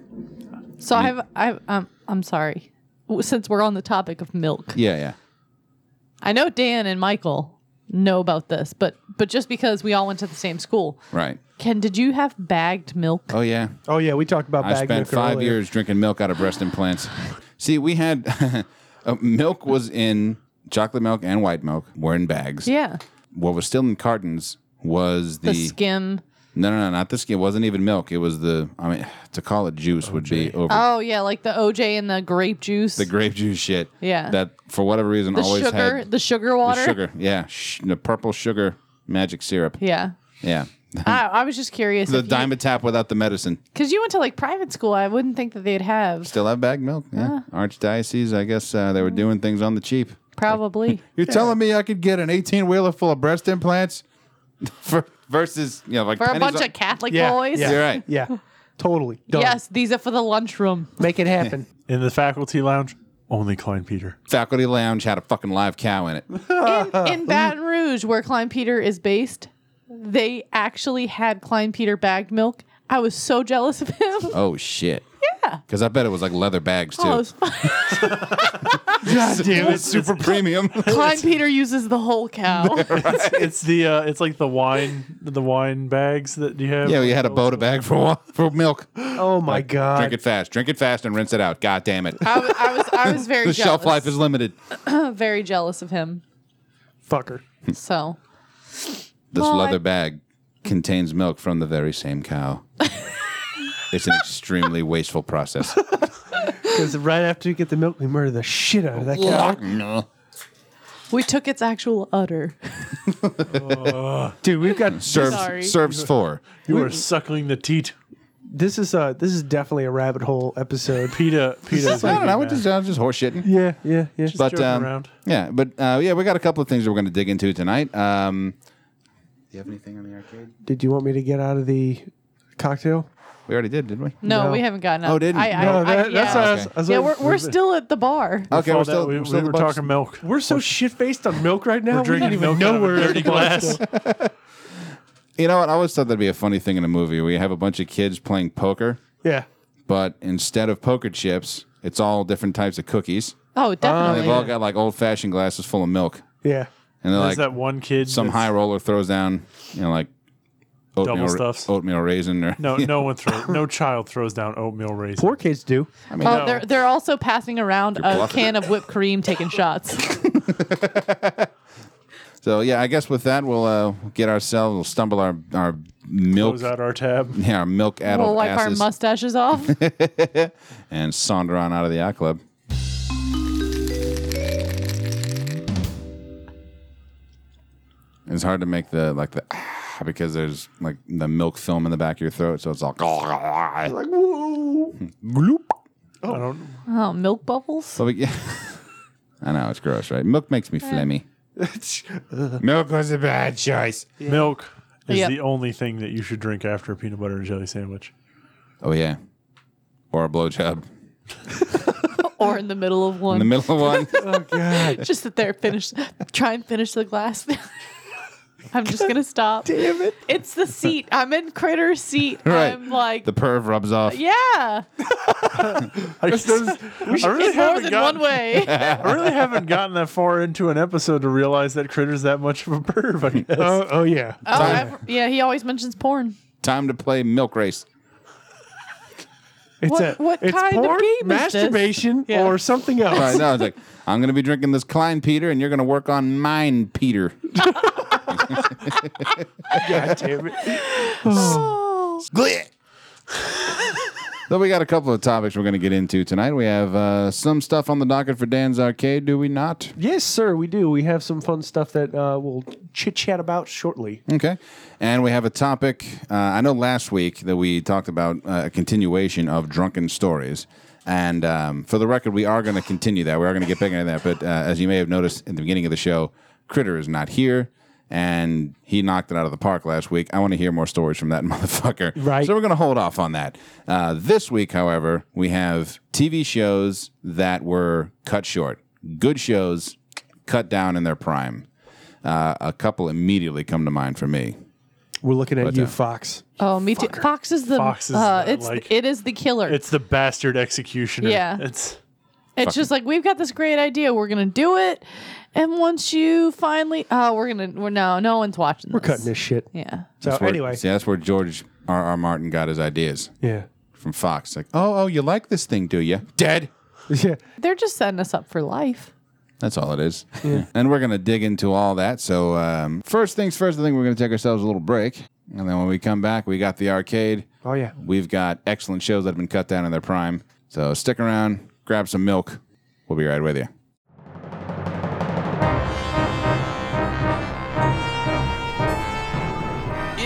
S1: So I have, I have, um, I'm sorry. W- Since we're on the topic of milk,
S2: Yeah, yeah.
S1: I know Dan and Michael know about this, but but just because we all went to the same school,
S2: Right.
S1: Ken, did you have bagged milk?
S2: Oh yeah.
S5: Oh yeah, we talked about
S2: I
S5: bag
S2: spent
S5: milk
S2: five
S5: earlier.
S2: years drinking milk out of breast implants. See, we had uh, milk was in chocolate milk and white milk were in bags.
S1: Yeah.
S2: What was still in cartons was the,
S1: The skin.
S2: no, no, no, not the skin. It wasn't even milk. It was the I mean to call it juice would be over
S1: Oh yeah, like the OJ and the grape juice.
S2: the grape juice shit.
S1: Yeah.
S2: that for whatever reason
S1: The
S2: always
S1: sugar.
S2: had
S1: the sugar water.
S2: the sugar. Yeah, sh- the purple sugar magic syrup.
S1: Yeah.
S2: Yeah,
S1: I, I was just curious.
S2: the diamond tap without the medicine.
S1: Because you, went to like private school, I wouldn't think that they'd have.
S2: Still have bag milk.
S1: Ah.
S2: Yeah, archdiocese. I guess uh, they were doing things on the cheap.
S1: Probably.
S2: You're telling me I could get an 18 wheeler full of breast implants for, versus, you know, like
S1: For a
S2: pennies
S1: bunch
S2: on-
S1: of Catholic
S5: Yeah,
S1: boys.
S5: yeah.
S2: You're right.
S5: Yeah, totally. Done.
S1: Yes, these are for the lunchroom.
S5: Make it happen.
S4: In the faculty lounge, only Klein Peter.
S2: Faculty lounge had a fucking live cow in it.
S1: in, in Baton Rouge, where Klein Peter is based, they actually had Klein Peter bagged milk. I was so jealous of him.
S2: Oh shit. Yeah. Because I bet it was like leather bags too.
S1: Oh, it was fun.
S2: It was super premium.
S1: Klein Peter uses the whole cow.
S4: It's, it's the uh, it's like the wine the wine bags that you have.
S2: yeah, we had a Boda bag for wa- for milk.
S5: Oh my
S2: Drink
S5: god.
S2: it fast. Drink it fast and rinse it out. God damn it.
S1: I, wa- I was I was very
S2: The
S1: jealous.
S2: shelf life is limited.
S1: very jealous of him.
S5: Fucker.
S1: So
S2: This
S1: Well, I-
S2: leather bag contains milk from the very same cow. it's an extremely wasteful process.
S5: Because right after you get the milk, we murder the shit out of that cow.
S2: No.
S1: we took its actual udder.
S5: Dude, we've got
S2: Serves
S1: Sorry.
S2: serves four.
S4: you were suckling the teat.
S5: this is uh this is definitely a rabbit hole episode.
S4: Peta Peta.
S2: I don't know. I was just, I was just horseshitting.
S5: Yeah, yeah, yeah.
S2: but
S4: joking
S2: um,
S4: around.
S2: yeah, but uh, yeah, we got a couple of things that we're going to dig into tonight. Um, do you have anything on the arcade?
S5: Did you want me to get out of the cocktail?
S2: We already did, didn't we?
S1: No,
S5: No.
S1: we haven't gotten up.
S2: Oh, didn't-
S1: I, I,
S5: No,
S1: I-
S5: that-
S1: yeah.
S5: that's what I was-
S2: Okay.
S5: I was
S1: yeah,
S5: like-
S1: we're, we're still at the bar.
S2: Okay,
S4: All
S2: we're
S4: that-
S2: still,
S4: we,
S2: we're still
S4: we
S2: at the
S4: were
S2: bars.
S4: talking milk.
S5: We're so shit faced on milk right now. we don't
S4: drinking
S5: even
S4: milk out
S5: know
S4: of a
S5: we're
S4: dirty
S5: at the
S4: glass.
S5: cocktail.
S2: You know what? I always thought that'd be a funny thing in a movie. We have a bunch of kids playing poker,
S5: Yeah.
S2: but instead of poker chips, it's all different types of cookies.
S1: Oh,
S2: They've
S1: definitely.
S2: all got like old fashioned glasses full of milk,
S5: Yeah.
S2: and they're
S4: There's
S2: like
S4: that one kid.
S2: some
S4: that's-
S2: high roller throws down, you know, like oatmeal,
S4: stuffs.
S2: oatmeal raisin, or
S4: No, no one throws. No child throws down oatmeal raisins.
S5: Poor kids do.
S2: I mean,
S1: Oh,
S2: no.
S1: they're they're also passing around a
S2: bluffing.
S1: can of whipped cream, taking shots.
S2: So yeah, I guess with that we'll uh, get ourselves, we'll stumble our our milk,
S4: Close out our tab.
S2: yeah, our milk addled
S1: we'll wipe our
S2: asses,
S1: mustaches off.
S2: and saunder on out of the yacht club. It's hard to make the like the ah, because there's like the milk film in the back of your throat, so it's all like whoa, gloop.
S4: I don't.
S1: oh, milk bubbles.
S2: So we, yeah. I know it's gross, right? Milk makes me phlegmy. milk was a bad choice.
S4: Milk is
S1: Yep.
S4: the only thing that you should drink after a peanut butter and jelly sandwich.
S2: Oh yeah, or a blowjob
S1: Or in the middle of
S2: in the
S1: one.
S2: middle of one.
S5: Oh god.
S1: just sit there, finish, try and finish the glass. I'm just gonna stop.
S5: Damn it.
S1: It's the seat. I'm in critter seat.
S2: Right.
S1: I'm like,
S2: The perv rubs off.
S1: yeah,
S4: I, just, I really
S1: in more
S4: haven't
S1: than
S4: gotten,
S1: one way.
S4: I really haven't gotten that far into an episode to realize that Critter's that much of a perv. I guess.
S5: Oh, oh yeah.
S1: Oh, I've- yeah, he always mentions porn.
S2: Time to play milk race.
S5: It's
S1: What-
S5: a,
S1: what
S5: it's
S1: kind of
S5: porn,
S1: beam is this?
S5: masturbation,
S1: Yeah.
S5: or something else.
S2: All right, now it's like I'm gonna be drinking this Klein Peter, and you're gonna work on mine Peter.
S5: God damn it.
S1: Oh,
S2: So we got a couple of topics we're gonna get into tonight. We have uh, some stuff on the docket for Dan's arcade, do we not?
S5: Yes, sir, we do. We have some fun stuff that uh, we'll chit chat about shortly.
S2: Okay, and we have a topic. Uh, I know last week that we talked about uh, a continuation of drunken stories, and um, for the record, we are going to continue that. We are going to get back into that. But uh, as you may have noticed in the beginning of the show, Critter is not here, and he knocked it out of the park last week. I want to hear more stories from that motherfucker.
S5: Right.
S2: So we're going to hold off on that. Uh, this week, however, we have TV shows that were cut short. Good shows cut down in their prime. Uh, a couple immediately come to mind for me.
S5: We're looking at you,
S2: uh,
S5: Fox.
S1: oh me too. Fox is the
S4: Fox is
S1: uh,
S4: the,
S1: it's
S4: like-
S1: it is the killer. It's,
S4: It's the bastard executioner.
S1: Yeah.
S4: It's
S1: just like we've got this great idea. We're gonna do it, and once you finally, oh, we're gonna we're no no one's watching.
S5: We're cutting this shit.
S1: Yeah.
S5: So
S2: That's where-
S5: anyway,
S2: see, that's where George R. R. Martin got his ideas
S5: yeah.
S2: from Fox. Like, oh, oh, you like this thing, do you? Dead.
S5: Yeah.
S1: They're just setting us up for life.
S2: That's all it is. And we're going to dig into all that. So, um, first things first, I think we're going to take ourselves a little break. And then when we come back, we got the arcade.
S5: Oh yeah.
S2: We've got excellent shows that have been cut down in their prime. So, stick around, grab some milk. We'll be right with you.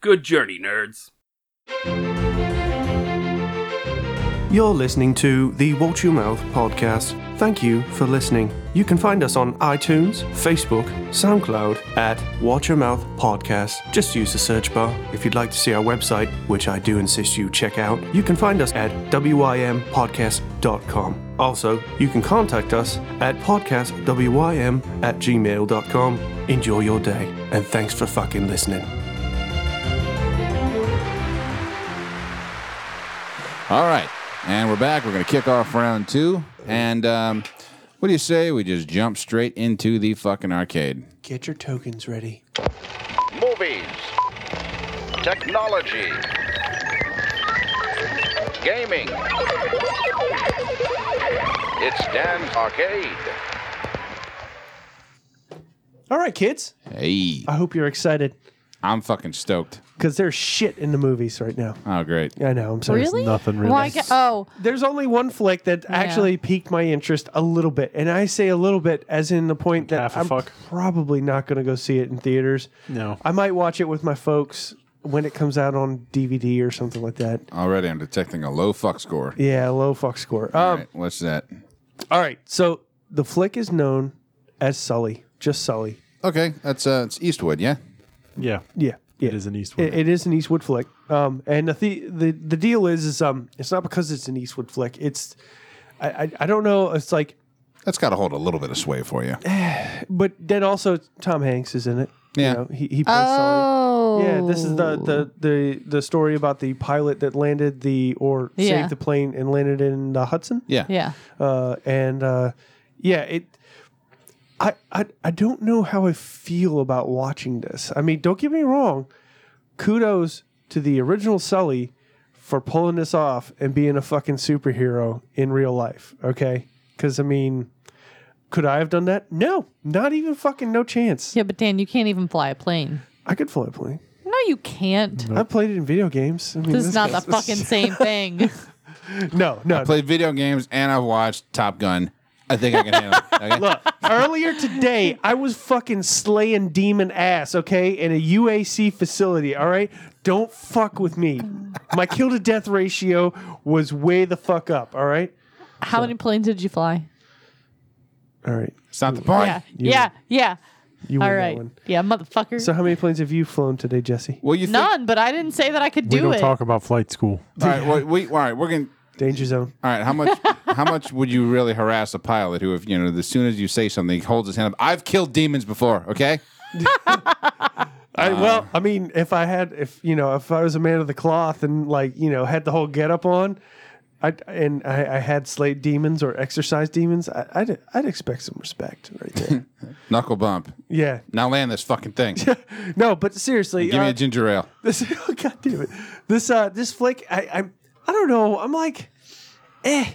S6: Good journey, nerds.
S7: You're listening to the Watch Your Mouth podcast. Thank you for listening. You can find us on iTunes, Facebook, SoundCloud at Watch Your Mouth Podcast. Just use the search bar. If you'd like to see our website, which I do insist you check out, you can find us at wympodcast.com. Also, you can contact us at podcastwym at gmail.com. Enjoy your day, and thanks for fucking listening.
S2: All right. And we're back. We're going to kick off round two. And um, what do you say we just jump straight into the fucking arcade?
S7: Get your tokens ready.
S8: movies, technology, gaming. It's Dan's Arcade.
S5: All right, kids.
S2: Hey,
S5: I hope you're excited
S2: I'm fucking stoked.
S5: because there's shit in the movies right now.
S2: Oh, great.
S5: I know. I'm sorry.
S1: really?
S4: nothing really.
S1: Well, I get- oh,
S5: There's only one flick that actually piqued my interest a little bit, and I say a little bit as in the point that
S4: Half a
S5: I'm
S4: fuck.
S5: probably not going to go see it in theaters.
S4: No.
S5: I might watch it with my folks when it comes out on DVD or something like that.
S2: Already I'm detecting a low fuck score.
S5: Yeah, low fuck score.
S2: All
S5: Um,
S2: right, what's that?
S5: all right. So the flick is known as Sully, just Sully.
S2: Okay, that's uh, it's Eastwood, yeah?
S4: yeah.
S5: Yeah, yeah.
S4: It is an Eastwood.
S5: It, it is an Eastwood flick. Um, and the, the the the deal is is um, it's not because it's an Eastwood flick. It's I, I I don't know. It's like,
S2: That's got to hold a little bit of sway for you.
S5: but then also Tom Hanks is in it.
S2: Yeah.
S5: you know, he he plays Sully.
S1: oh,
S5: Yeah, this is the, the the the story about the pilot that landed the or
S1: Yeah.
S5: saved the plane and landed in the Hudson.
S2: Yeah.
S1: yeah.
S5: uh, and uh, yeah, it. I, I I don't know how I feel about watching this. I mean, don't get me wrong. Kudos to the original Sully for pulling this off and being a fucking superhero in real life. Okay, because I mean, could I have done that? No, not even fucking no chance.
S1: Yeah, but Dan, you can't even fly a plane.
S5: I could fly a plane.
S1: No, you can't.
S5: I played it in video games. I mean,
S1: This is not the
S5: guy's-
S1: fucking same thing.
S5: No, no. no.
S2: Played video games and I've watched Top Gun. I think I can handle it. Okay?
S5: Earlier today, I was fucking slaying demon ass, okay, in a UAC facility, all right? Don't fuck with me. My kill to death ratio was way the fuck up, all right?
S1: How many planes did you fly?
S5: All right.
S2: It's not the point.
S1: Yeah, yeah, yeah.
S5: You win
S1: All
S5: that
S1: right,
S5: one.
S1: yeah, motherfucker.
S5: So, how many planes have you flown today, Jesse?
S2: Well, you think,
S1: None, but I didn't say that I could
S4: we
S1: do
S4: don't
S1: it.
S4: talk about flight school.
S2: All right, well, we, all right, we're going to.
S5: Danger zone.
S2: All right, how much how much would you really harass a pilot who, if you know, as soon as you say something, he holds his hand up? I've killed demons before, okay?
S5: I,
S2: Uh,
S5: well, I mean, if I had, if, you know, if I was a man of the cloth and, like, you know, had the whole getup on, I'd, and I, I had slayed demons or exercise demons, I, I'd, I'd expect some respect right there.
S2: Knuckle bump.
S5: yeah.
S2: Now land this fucking thing.
S5: No, but seriously.
S2: Give me
S5: uh,
S2: a ginger ale.
S5: This oh, god damn it. This uh this flick I I'm I don't know. I'm like eh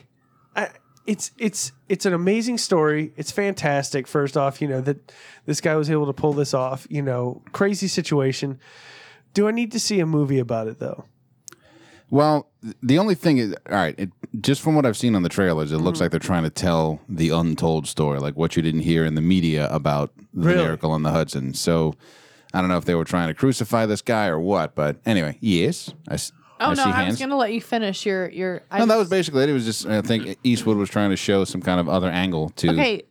S5: I, it's it's it's an amazing story. It's fantastic. First off, you know that this guy was able to pull this off, you know, crazy situation. Do I need to see a movie about it though?
S2: Well, th- the only thing is, all right, it, just from what I've seen on the trailers, it
S1: Mm-hmm.
S2: looks like they're trying to tell the untold story, like what you didn't hear in the media about the
S5: Really?
S2: miracle on the Hudson. So I don't know if they were trying to crucify this guy or what, but anyway, yes. I, s-
S1: Oh no,
S2: I see
S1: I
S2: hands.
S1: was gonna let you finish your your. I
S2: no, that was basically it. It was just, I think Eastwood was trying to show some kind of other angle to.
S1: okay.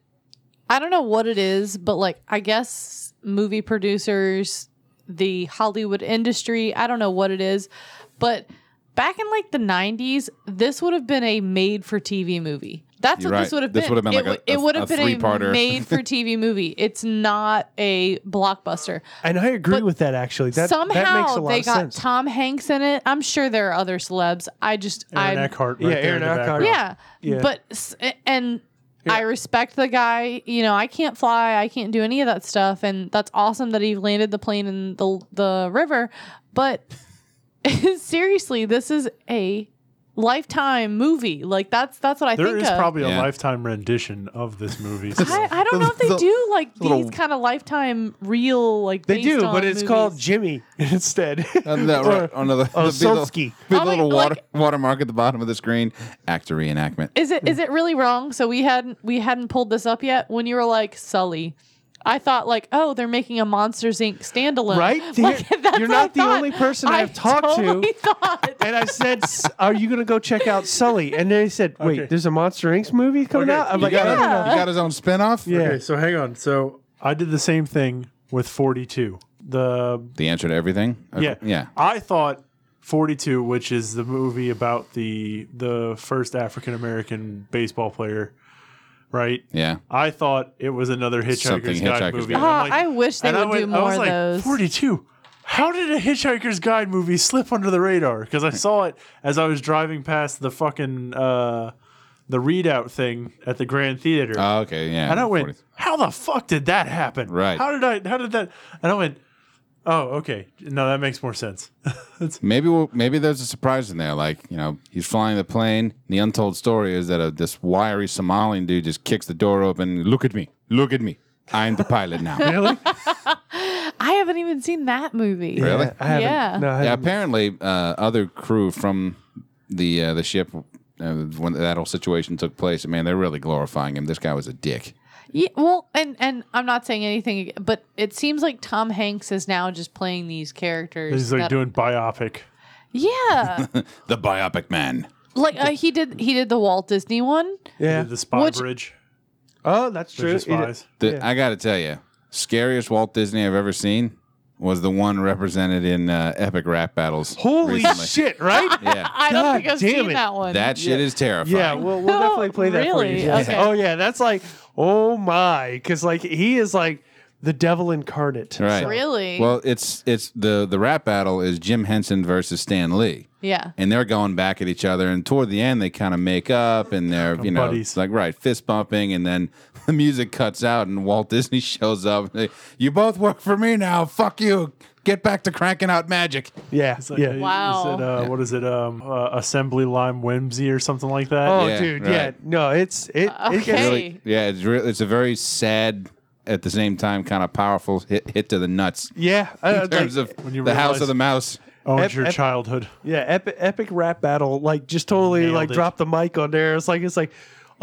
S1: I don't know what it is, but like I guess movie producers, the Hollywood industry, I don't know what it is, but back in like the 90s, this would have been a made for TV movie. That's
S2: You're
S1: what
S2: right.
S1: this would have been.
S2: This would've been
S1: it
S2: like a-
S1: w-
S2: a-
S1: it would
S2: a
S1: have been
S2: three-parter.
S1: a made-for-TV movie. It's not a blockbuster.
S5: And I agree
S1: But
S5: with that actually. That
S1: Somehow
S5: that makes a lot
S1: they
S5: of
S1: got
S5: sense.
S1: Tom Hanks in it. I'm sure there are other celebs. I just
S4: Aaron
S1: I
S4: Eckhart,
S5: Yeah,
S4: right there
S5: Aaron
S4: in the
S5: Eckhart.
S4: background.
S1: yeah.
S5: Yeah.
S1: But s- and I respect the guy. You know, I can't fly. I can't do any of that stuff. And that's awesome that he landed the plane in the the river. But seriously, this is a lifetime movie. Like that's that's what I
S4: There
S1: think
S4: is
S1: of.
S4: probably a
S2: Yeah.
S4: lifetime rendition of this movie.
S1: I, I don't know if they
S2: The-
S1: do like these
S2: little-
S1: kind of lifetime real like
S5: they
S1: based
S5: do,
S1: on
S5: but it's
S1: movies.
S5: called Jimmy instead.
S4: Uh,
S2: And that, right, on the, the,
S5: Oh,
S2: big little,
S5: Solsky.
S2: big
S1: Oh, wait,
S2: little water,
S1: like-
S2: watermark at the bottom of the screen. Actor reenactment.
S1: Is it
S5: Hmm.
S1: is it really wrong? So we hadn't we hadn't pulled this up yet. When you were like Sully, I thought like, oh, they're making a Monsters Inc. standalone,
S5: Right?
S1: Like,
S5: You're-
S1: that's
S5: you're
S1: what
S5: not
S1: I
S5: the
S1: thought.
S5: only person I've talked to.
S1: totally Thought.
S5: and I said, "S- "Are you going to go check out Sully?" And they said, "Wait,
S4: Okay.
S5: there's a Monster Inc. movie coming
S4: Okay.
S5: out." I'm
S2: You
S5: like,
S2: got,
S5: "No, no, no."
S2: you got his own spinoff?
S5: Yeah.
S4: Okay, so hang on. So I did the same thing with 42. The
S2: The answer to everything? Okay.
S4: yeah,
S2: Yeah.
S4: I thought 42, which is the movie about the the first African American baseball player, right?
S2: Yeah.
S4: I thought it was another Hitchhiker's
S2: Something
S4: Guide
S2: Hitchhiker's
S4: movie.
S2: Guide.
S4: And
S1: Ah,
S4: I'm like-
S1: I wish they
S4: and I
S1: would do
S4: went- I
S1: more
S4: was
S1: of
S4: like,
S1: those.
S4: 42. How did a Hitchhiker's Guide movie slip under the radar? Because I saw it as I was driving past the fucking uh, the readout thing at the Grand Theater.
S2: Oh, okay. Yeah.
S4: And I went,
S2: 40.
S4: "How the fuck did that happen?
S2: Right.
S4: How did I? How did that?" And I went, "Oh, okay. No, that makes more sense."
S2: Maybe we'll, maybe there's a surprise in there. Like you know, he's flying the plane. And the untold story is that a, this wiry Somalian dude just kicks the door open. Look at me! Look at me! I'm the pilot now. really?
S1: I haven't even seen that movie.
S2: Really?
S5: Yeah, I haven't.
S1: Yeah.
S5: No, I
S2: Yeah.
S5: haven't.
S2: Apparently, uh, other crew from the uh, the ship uh, when that whole situation took place. Man, they're really glorifying him. This guy was a dick.
S1: Yeah, well, and and I'm not saying anything, ag- but it seems like Tom Hanks is now just playing these characters.
S4: He's like
S1: that-
S4: doing biopic.
S1: yeah,
S2: The biopic man.
S1: like uh, he did he did the Walt Disney one.
S5: Yeah.
S4: Did the spy
S1: Which-
S4: bridge.
S5: Oh, that's
S4: Bridge
S5: true.
S4: of spies.
S2: The, I got to tell you, scariest Walt Disney I've ever seen was the one represented in uh, epic rap battles.
S5: Holy
S2: recently.
S5: shit! Right?
S2: Yeah,
S1: I don't
S5: God
S1: think I've
S5: damn
S1: seen
S5: it.
S1: that one.
S2: that shit is terrifying.
S5: yeah, we'll, we'll definitely play that for
S1: Really?
S5: you. Jess.
S1: Okay.
S5: Oh yeah, that's like, oh my, because like he is like the devil incarnate.
S2: Right.
S1: Really?
S2: Well, it's it's the the rap battle is Jim Henson versus Stan Lee,
S1: yeah.
S2: and they're going back at each other. And toward the end, they kind of make up, and they're you know
S4: buddies.
S2: like right fist bumping, and then the music cuts out, and Walt Disney shows up. and they, you both work for me now. Fuck you. Get back to cranking out magic.
S5: Yeah,
S4: It's like,
S5: yeah.
S4: uh,
S1: Wow.
S4: Is it, uh, What is it? Um, uh, assembly line whimsy or something like that.
S5: Oh,
S2: Yeah,
S5: dude,
S2: right.
S5: yeah. No, it's it. it gets,
S1: okay.
S2: Really, yeah, it's real. It's a very sad, at the same time, kind of powerful hit hit to the nuts
S5: yeah, uh,
S2: in terms
S5: like,
S2: of
S4: when you
S2: the house
S4: realize-
S2: of the mouse.
S4: Owns
S5: Ep-
S4: your
S5: ep-
S4: childhood.
S5: yeah, epic, epic rap battle. Like just totally
S4: Nailed
S5: like
S4: it.
S5: drop the mic on there. It's like it's like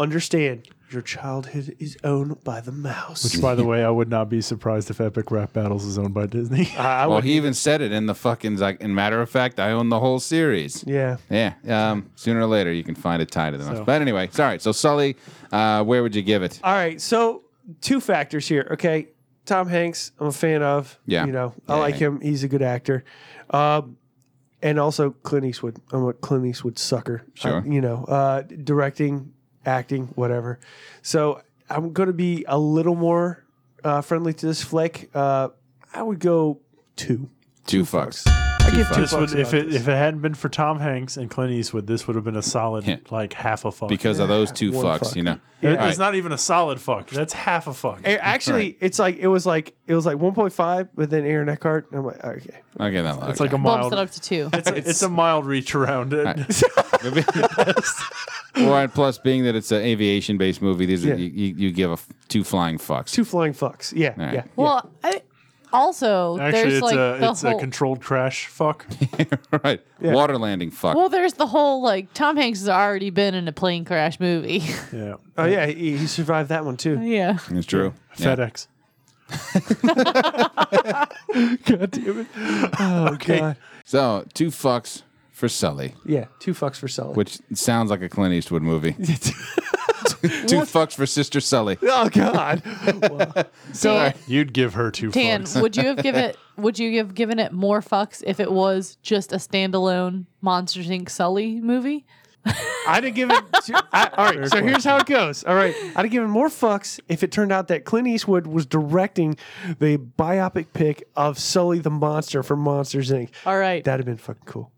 S5: understand your childhood is owned by the mouse.
S4: Which, by the way, I would not be surprised if Epic Rap Battles is owned by Disney.
S5: I
S2: Well, Oh, he even said it in the fucking like. In matter of fact, I own the whole series.
S5: yeah.
S2: Yeah. Um, sooner or later, you can find it tied to the mouse. But anyway, sorry. So Sully, uh, where would you give it?
S5: All right. So two factors here. Okay. Tom Hanks, I'm a fan of.
S2: Yeah.
S5: You know, I
S2: Yeah,
S5: like
S2: yeah.
S5: him. He's a good actor. Um, and also Clint Eastwood. I'm a Clint Eastwood sucker.
S2: Sure.
S5: Uh, you know, uh, directing, acting, whatever. So I'm going to be a little more uh, friendly to this flick. Uh, I would go two.
S2: Two fucks.
S5: I give
S2: fucks.
S5: two
S4: This would,
S5: fucks
S4: if
S5: about
S4: it
S5: this.
S4: if it hadn't been for Tom Hanks and Clint Eastwood, this would have been a solid
S2: Yeah.
S4: like half a fuck.
S2: Because of those two
S5: One
S2: fucks,
S5: fuck.
S2: you know.
S4: It-
S2: All
S4: it's
S2: right.
S4: not even a solid fuck. That's half a fuck.
S5: A- Actually, it's like it was like it was like 1.5, but then Aaron Eckhart. I'm like, okay,
S2: Okay, then.
S4: It's like a
S1: Bumps
S4: mild.
S1: it up to two.
S4: It's a, it's a mild reach around.
S2: Or and plus, being that it's an aviation-based movie, these are,
S5: Yeah.
S2: you, you you give a f- two flying fucks.
S5: two flying fucks. Yeah,
S2: right.
S5: yeah.
S1: Well, I, also
S4: Actually,
S1: there's
S4: it's
S1: like
S4: a
S1: the
S4: it's a
S1: whole.
S4: controlled crash. Fuck.
S2: right. Water landing fuck.
S1: well, there's the whole like Tom Hanks has already been in a plane crash movie.
S4: Yeah.
S5: Oh yeah, he, he survived that one too.
S1: yeah.
S2: it's true. Yeah.
S4: FedEx.
S5: God damn it. Oh, God.
S2: So two fucks for Sully,
S5: Yeah, two fucks for selling.
S2: which sounds like a Clint Eastwood movie. two fucks for Sister Sully.
S5: oh, God.
S1: So
S4: You'd give her two
S1: Dan,
S4: fucks.
S1: would you have given it? Would you have given it more fucks if it was just a standalone Monsters Inc. Sully movie?
S5: I'd have given. two- I, all right, so here's how it goes. All right, I'd have given more fucks if it turned out that Clint Eastwood was directing the biopic pic of Sully the Monster from Monsters Inc.
S1: All right.
S5: That'd have been fucking cool.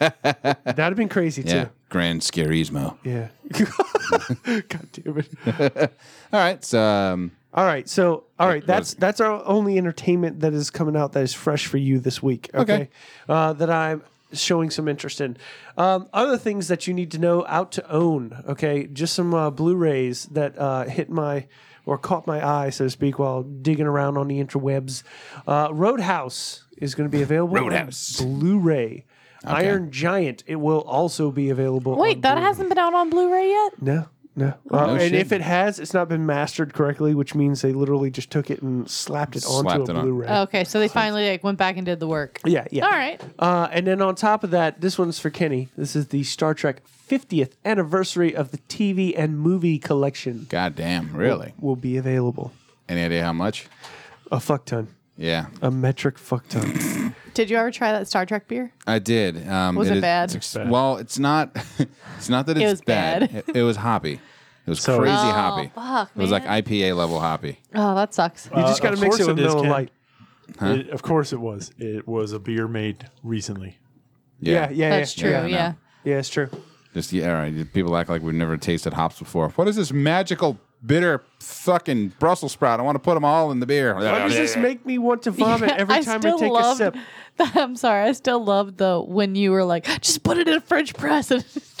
S5: That'd have been crazy
S2: Yeah. Grand Scarismo.
S5: too. Yeah. God damn it.
S2: All right. So, um,
S5: All right, so all right, that's that's our only entertainment that is coming out that is fresh for you this week. Okay, Uh, that I'm showing some interest in. Um, other things that you need to know out to own. Okay, just some uh, Blu-rays that uh, hit my or caught my eye, so to speak, while digging around on the interwebs. Uh, Roadhouse is going to be available. on
S2: Roadhouse.
S5: Blu-ray. Iron Giant. It will also be available.
S1: Wait,
S5: on
S1: that
S5: Blu-ray.
S1: hasn't been out on Blu-ray yet.
S5: No, no. Uh, and
S2: shit.
S5: if it has, it's not been mastered correctly, which means they literally just took it and slapped it
S2: Slapped
S5: onto
S2: it
S5: a
S2: on.
S5: Blu-ray.
S1: Okay, so they finally like went back and did the work.
S5: Yeah, yeah.
S1: All right.
S5: Uh, and then on top of that, this one's for Kenny. This is the Star Trek 50th anniversary of the TV and movie collection.
S2: goddamn, really?
S5: Will be available.
S2: Any idea how much?
S5: A fuck ton.
S2: Yeah,
S5: A metric fuck ton.
S1: Did you ever try that Star Trek beer?
S2: I did. Um,
S1: Was it
S2: is-
S1: bad?
S2: It's, ex- Well, it's not. it's not that it's
S1: was
S2: bad.
S1: bad.
S2: It, it was hoppy. It was
S4: So-
S2: crazy
S4: Oh,
S2: hoppy.
S1: fuck,
S2: it was
S1: man.
S2: like IPA level hoppy.
S1: Oh, that sucks.
S5: You just
S4: Uh,
S5: got to
S4: of
S5: mix
S4: course
S5: it with
S4: it is,
S5: Miller
S4: Ken.
S5: Lite.
S4: It, of course it was. It was a beer made recently.
S5: Yeah, yeah, yeah.
S1: That's true.
S5: Yeah,
S1: Yeah.
S2: yeah.
S5: Yeah, it's true.
S2: Just yeah, all right. People act like we've never tasted hops before. What is this magical bitter fucking Brussels sprout? I want to put them all in the beer.
S5: Why does this make me want to vomit
S1: Yeah,
S5: every time I take a
S1: loved,
S5: sip?
S1: I'm sorry. I still love the when you were like, just put it in a French press.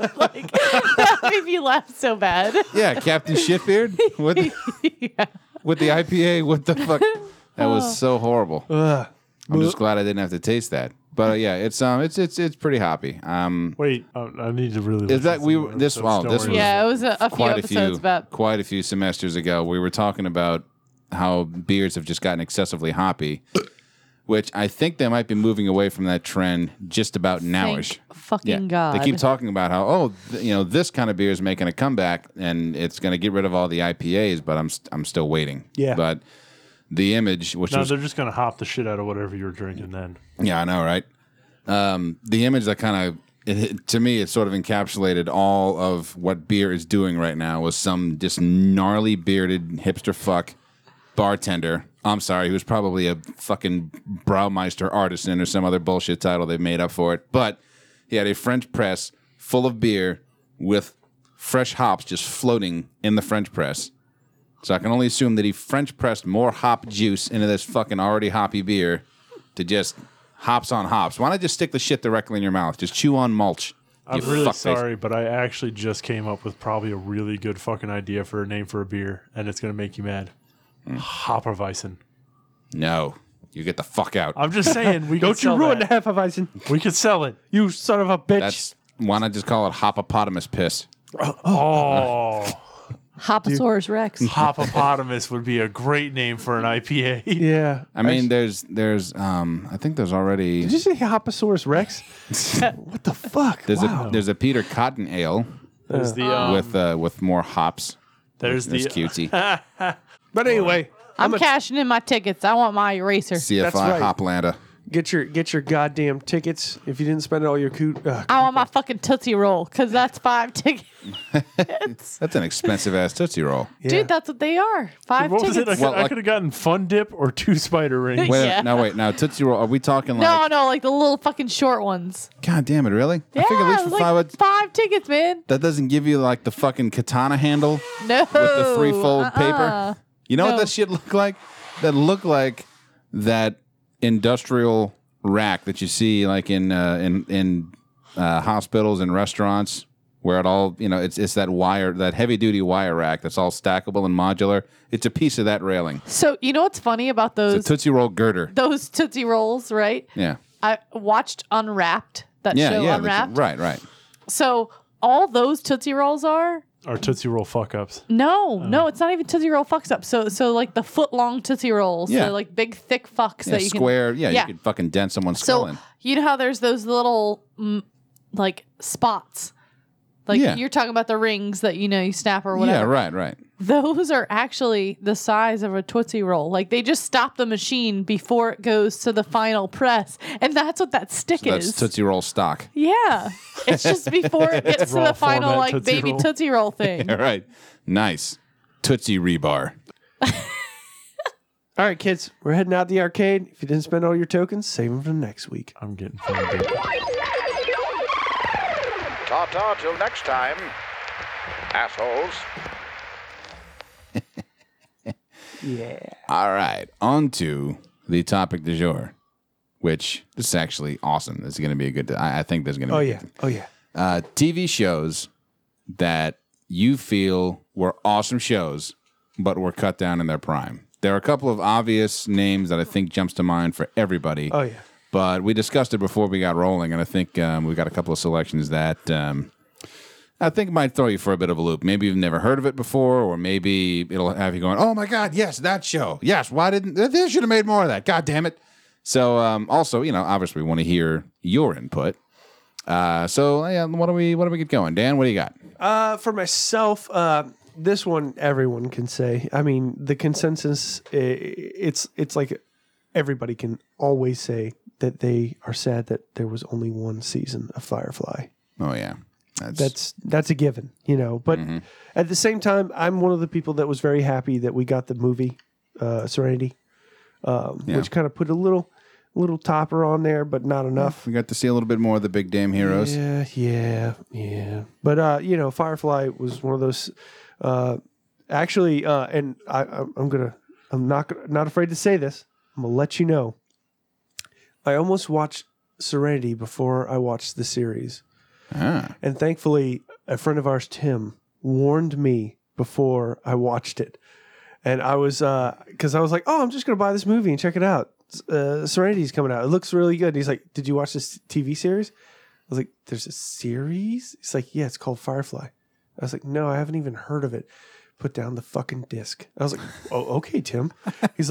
S1: And like, that made me laugh so bad.
S2: Yeah, Captain Shitbeard with with the IPA. What the fuck? That was so horrible. I'm just glad I didn't have to taste that. But uh, yeah, it's um, it's it's it's pretty hoppy. Um,
S4: Wait, I, I need to really.
S2: Is that
S4: listen
S2: we
S4: to
S2: were-
S4: it,
S2: this-
S4: so
S2: wow,
S4: don't
S2: this
S4: worry.
S2: was-
S1: Yeah, it was a, a few
S2: quite a
S1: episodes
S2: few
S1: about.
S2: quite a few semesters ago, we were talking about how beers have just gotten excessively hoppy, which I think they might be moving away from that trend just about nowish.
S1: Thank fucking God.
S2: They keep talking about how oh th- you know this kind of beer is making a comeback and it's going to get rid of all the IPAs, but I'm st- I'm still waiting.
S5: Yeah.
S2: But the image, which
S4: No,
S2: was
S4: they're just gonna hop the shit out of whatever you're drinking. Then
S2: yeah, I know, right? Um, the image that kind of it, it- to me it sort of encapsulated all of what beer is doing right now was some just gnarly bearded hipster fuck bartender. I'm sorry, he was probably a fucking Braumeister artisan or some other bullshit title they made up for it. But he had a French press full of beer with fresh hops just floating in the French press. So I can only assume that he French pressed more hop juice into this fucking already hoppy beer to just hops on hops. Why not just stick the shit directly in your mouth? Just chew on mulch.
S4: I'm
S2: you
S4: really
S2: fuckface.
S4: sorry, but I actually just came up with probably a really good fucking idea for a name for a beer, and it's gonna make you mad. Hopperweizen.
S2: No, you get the fuck out.
S4: I'm just saying we could
S5: Don't you
S4: sell
S5: ruin
S4: that.
S5: the Hefeweizen,
S4: We could sell it.
S5: you son of a bitch.
S2: That's why not just call it hopopotamus piss?
S4: Oh,
S1: Hoposaurus Rex.
S2: Mm.
S4: Hoppopotamus would be a great name for an IPA.
S5: yeah.
S2: I mean, there's there's um I think there's already
S5: Did you say Hoposaurus Rex? what the fuck?
S2: there's
S5: wow.
S2: a there's a Peter Cotton ale
S4: There's the um,
S2: with uh with more hops.
S4: there's the uh,
S2: That's cutesy.
S5: But anyway,
S1: I'm cashing in my tickets. I want my eraser.
S2: CFI
S5: right.
S2: Hoplanda.
S5: get your get your goddamn tickets. If you didn't spend all your coot, uh,
S1: I want my fucking Tootsie Roll because that's five tickets.
S2: That's an expensive ass Tootsie Roll.
S1: Dude, that's what they are. Five
S4: What was
S1: tickets.
S4: it? I could,
S2: Well,
S4: I
S2: like-
S4: could have gotten Fun Dip or two Spider Rings.
S2: Wait,
S1: Yeah.
S2: Now wait, now Tootsie Roll. Are we talking like?
S1: No, no, like the little fucking short ones.
S2: God damn it, really? I figure at
S1: Yeah,
S2: least for
S1: like
S2: five. bucks-
S1: five tickets, man.
S2: That doesn't give you like the fucking katana handle.
S1: No,
S2: with the threefold
S1: uh-uh.
S2: paper. You know what
S1: No.
S2: that shit looked like? That looked like that industrial rack that you see like in uh, in in uh, hospitals and restaurants where it all you know it's it's that wire that heavy duty wire rack that's all stackable and modular. It's a piece of that railing.
S1: So you know what's funny about
S2: It's
S1: those
S2: a tootsie roll girder.
S1: those Tootsie Rolls, right?
S2: Yeah.
S1: I watched Unwrapped, that
S2: Yeah,
S1: show
S2: yeah,
S1: Unwrapped.
S2: that's- right, right.
S1: So all those Tootsie Rolls are
S4: Or Tootsie Roll fuck ups.
S1: no,
S2: Oh.
S1: no, it's not even Tootsie Roll fucks up. So so like the foot long Tootsie Rolls.
S2: Yeah.
S1: They're like big thick fucks
S2: Yeah,
S1: that you
S2: square.
S1: can
S2: yeah, you could fucking dent someone's skull
S1: So
S2: in.
S1: you know how there's those little mm, like spots. Like
S2: Yeah.
S1: you're talking about the rings that you know you snap or whatever.
S2: Yeah, right, right.
S1: those are actually the size of a Tootsie Roll. Like they just stop the machine before it goes to the final press. And that's what that stick
S2: That's
S1: is.
S2: Tootsie Roll stock.
S1: yeah. It's just before it gets to
S4: Raw
S1: the final
S4: format
S1: like
S4: Tootsie
S1: baby
S4: Roll.
S1: Tootsie Roll thing.
S2: All right. Nice. Tootsie Rebar.
S5: All right, kids, we're heading out to the arcade. If you didn't spend all your tokens, save them for next week.
S4: I'm getting funded.
S8: Ta ta till next time, assholes.
S2: All right, on to the topic du jour, which this is actually awesome. This is going to be a good. I, I think there's going to.
S5: Oh
S2: be a
S5: yeah,
S2: good-
S5: oh yeah.
S2: Uh, TV shows that you feel were awesome shows, but were cut down in their prime. There are a couple of obvious names that I think jumps to mind for everybody.
S5: Oh, yeah.
S2: But we discussed it before we got rolling, and I think um, we got a couple of selections that um, I think it might throw you for a bit of a loop. Maybe you've never heard of it before, or maybe it'll have you going, "Oh my God, yes, that show. Yes, why didn't they should have made more of that? God damn it!" So, um, also, you know, obviously, we want to hear your input. Uh, so, yeah, why don't we why don't we get going, Dan? What do you got?
S5: Uh, for myself, uh, this one everyone can say. I mean, the consensus i- it's it's like everybody can always say that they are sad that there was only one season of Firefly.
S2: Oh yeah,
S5: That's that's a given, you know. But at the same time, I'm one of the people that was very happy that we got the movie uh, Serenity, um,
S2: Yeah.
S5: which kind of put a little little topper on there, but not enough.
S2: we got to see a little bit more of the big damn heroes.
S5: Yeah, yeah, yeah. But uh, you know, Firefly was one of those. Uh, actually, uh, and I, I'm I'm gonna, I'm not gonna- not afraid to say this. I'm gonna let you know. I almost watched Serenity before I watched the series,
S2: Ah,
S5: and thankfully, a friend of ours, Tim, warned me before I watched it. And I was, because I was like, oh, I'm just gonna buy this movie and check it out. Uh, Serenity's coming out. It looks really good. He's like, did you watch this TV series? I was like, there's a series? He's like, yeah, it's called Firefly. I was like, no, I haven't even heard of it. Put down the fucking disc. I was like, oh, okay, Tim. He's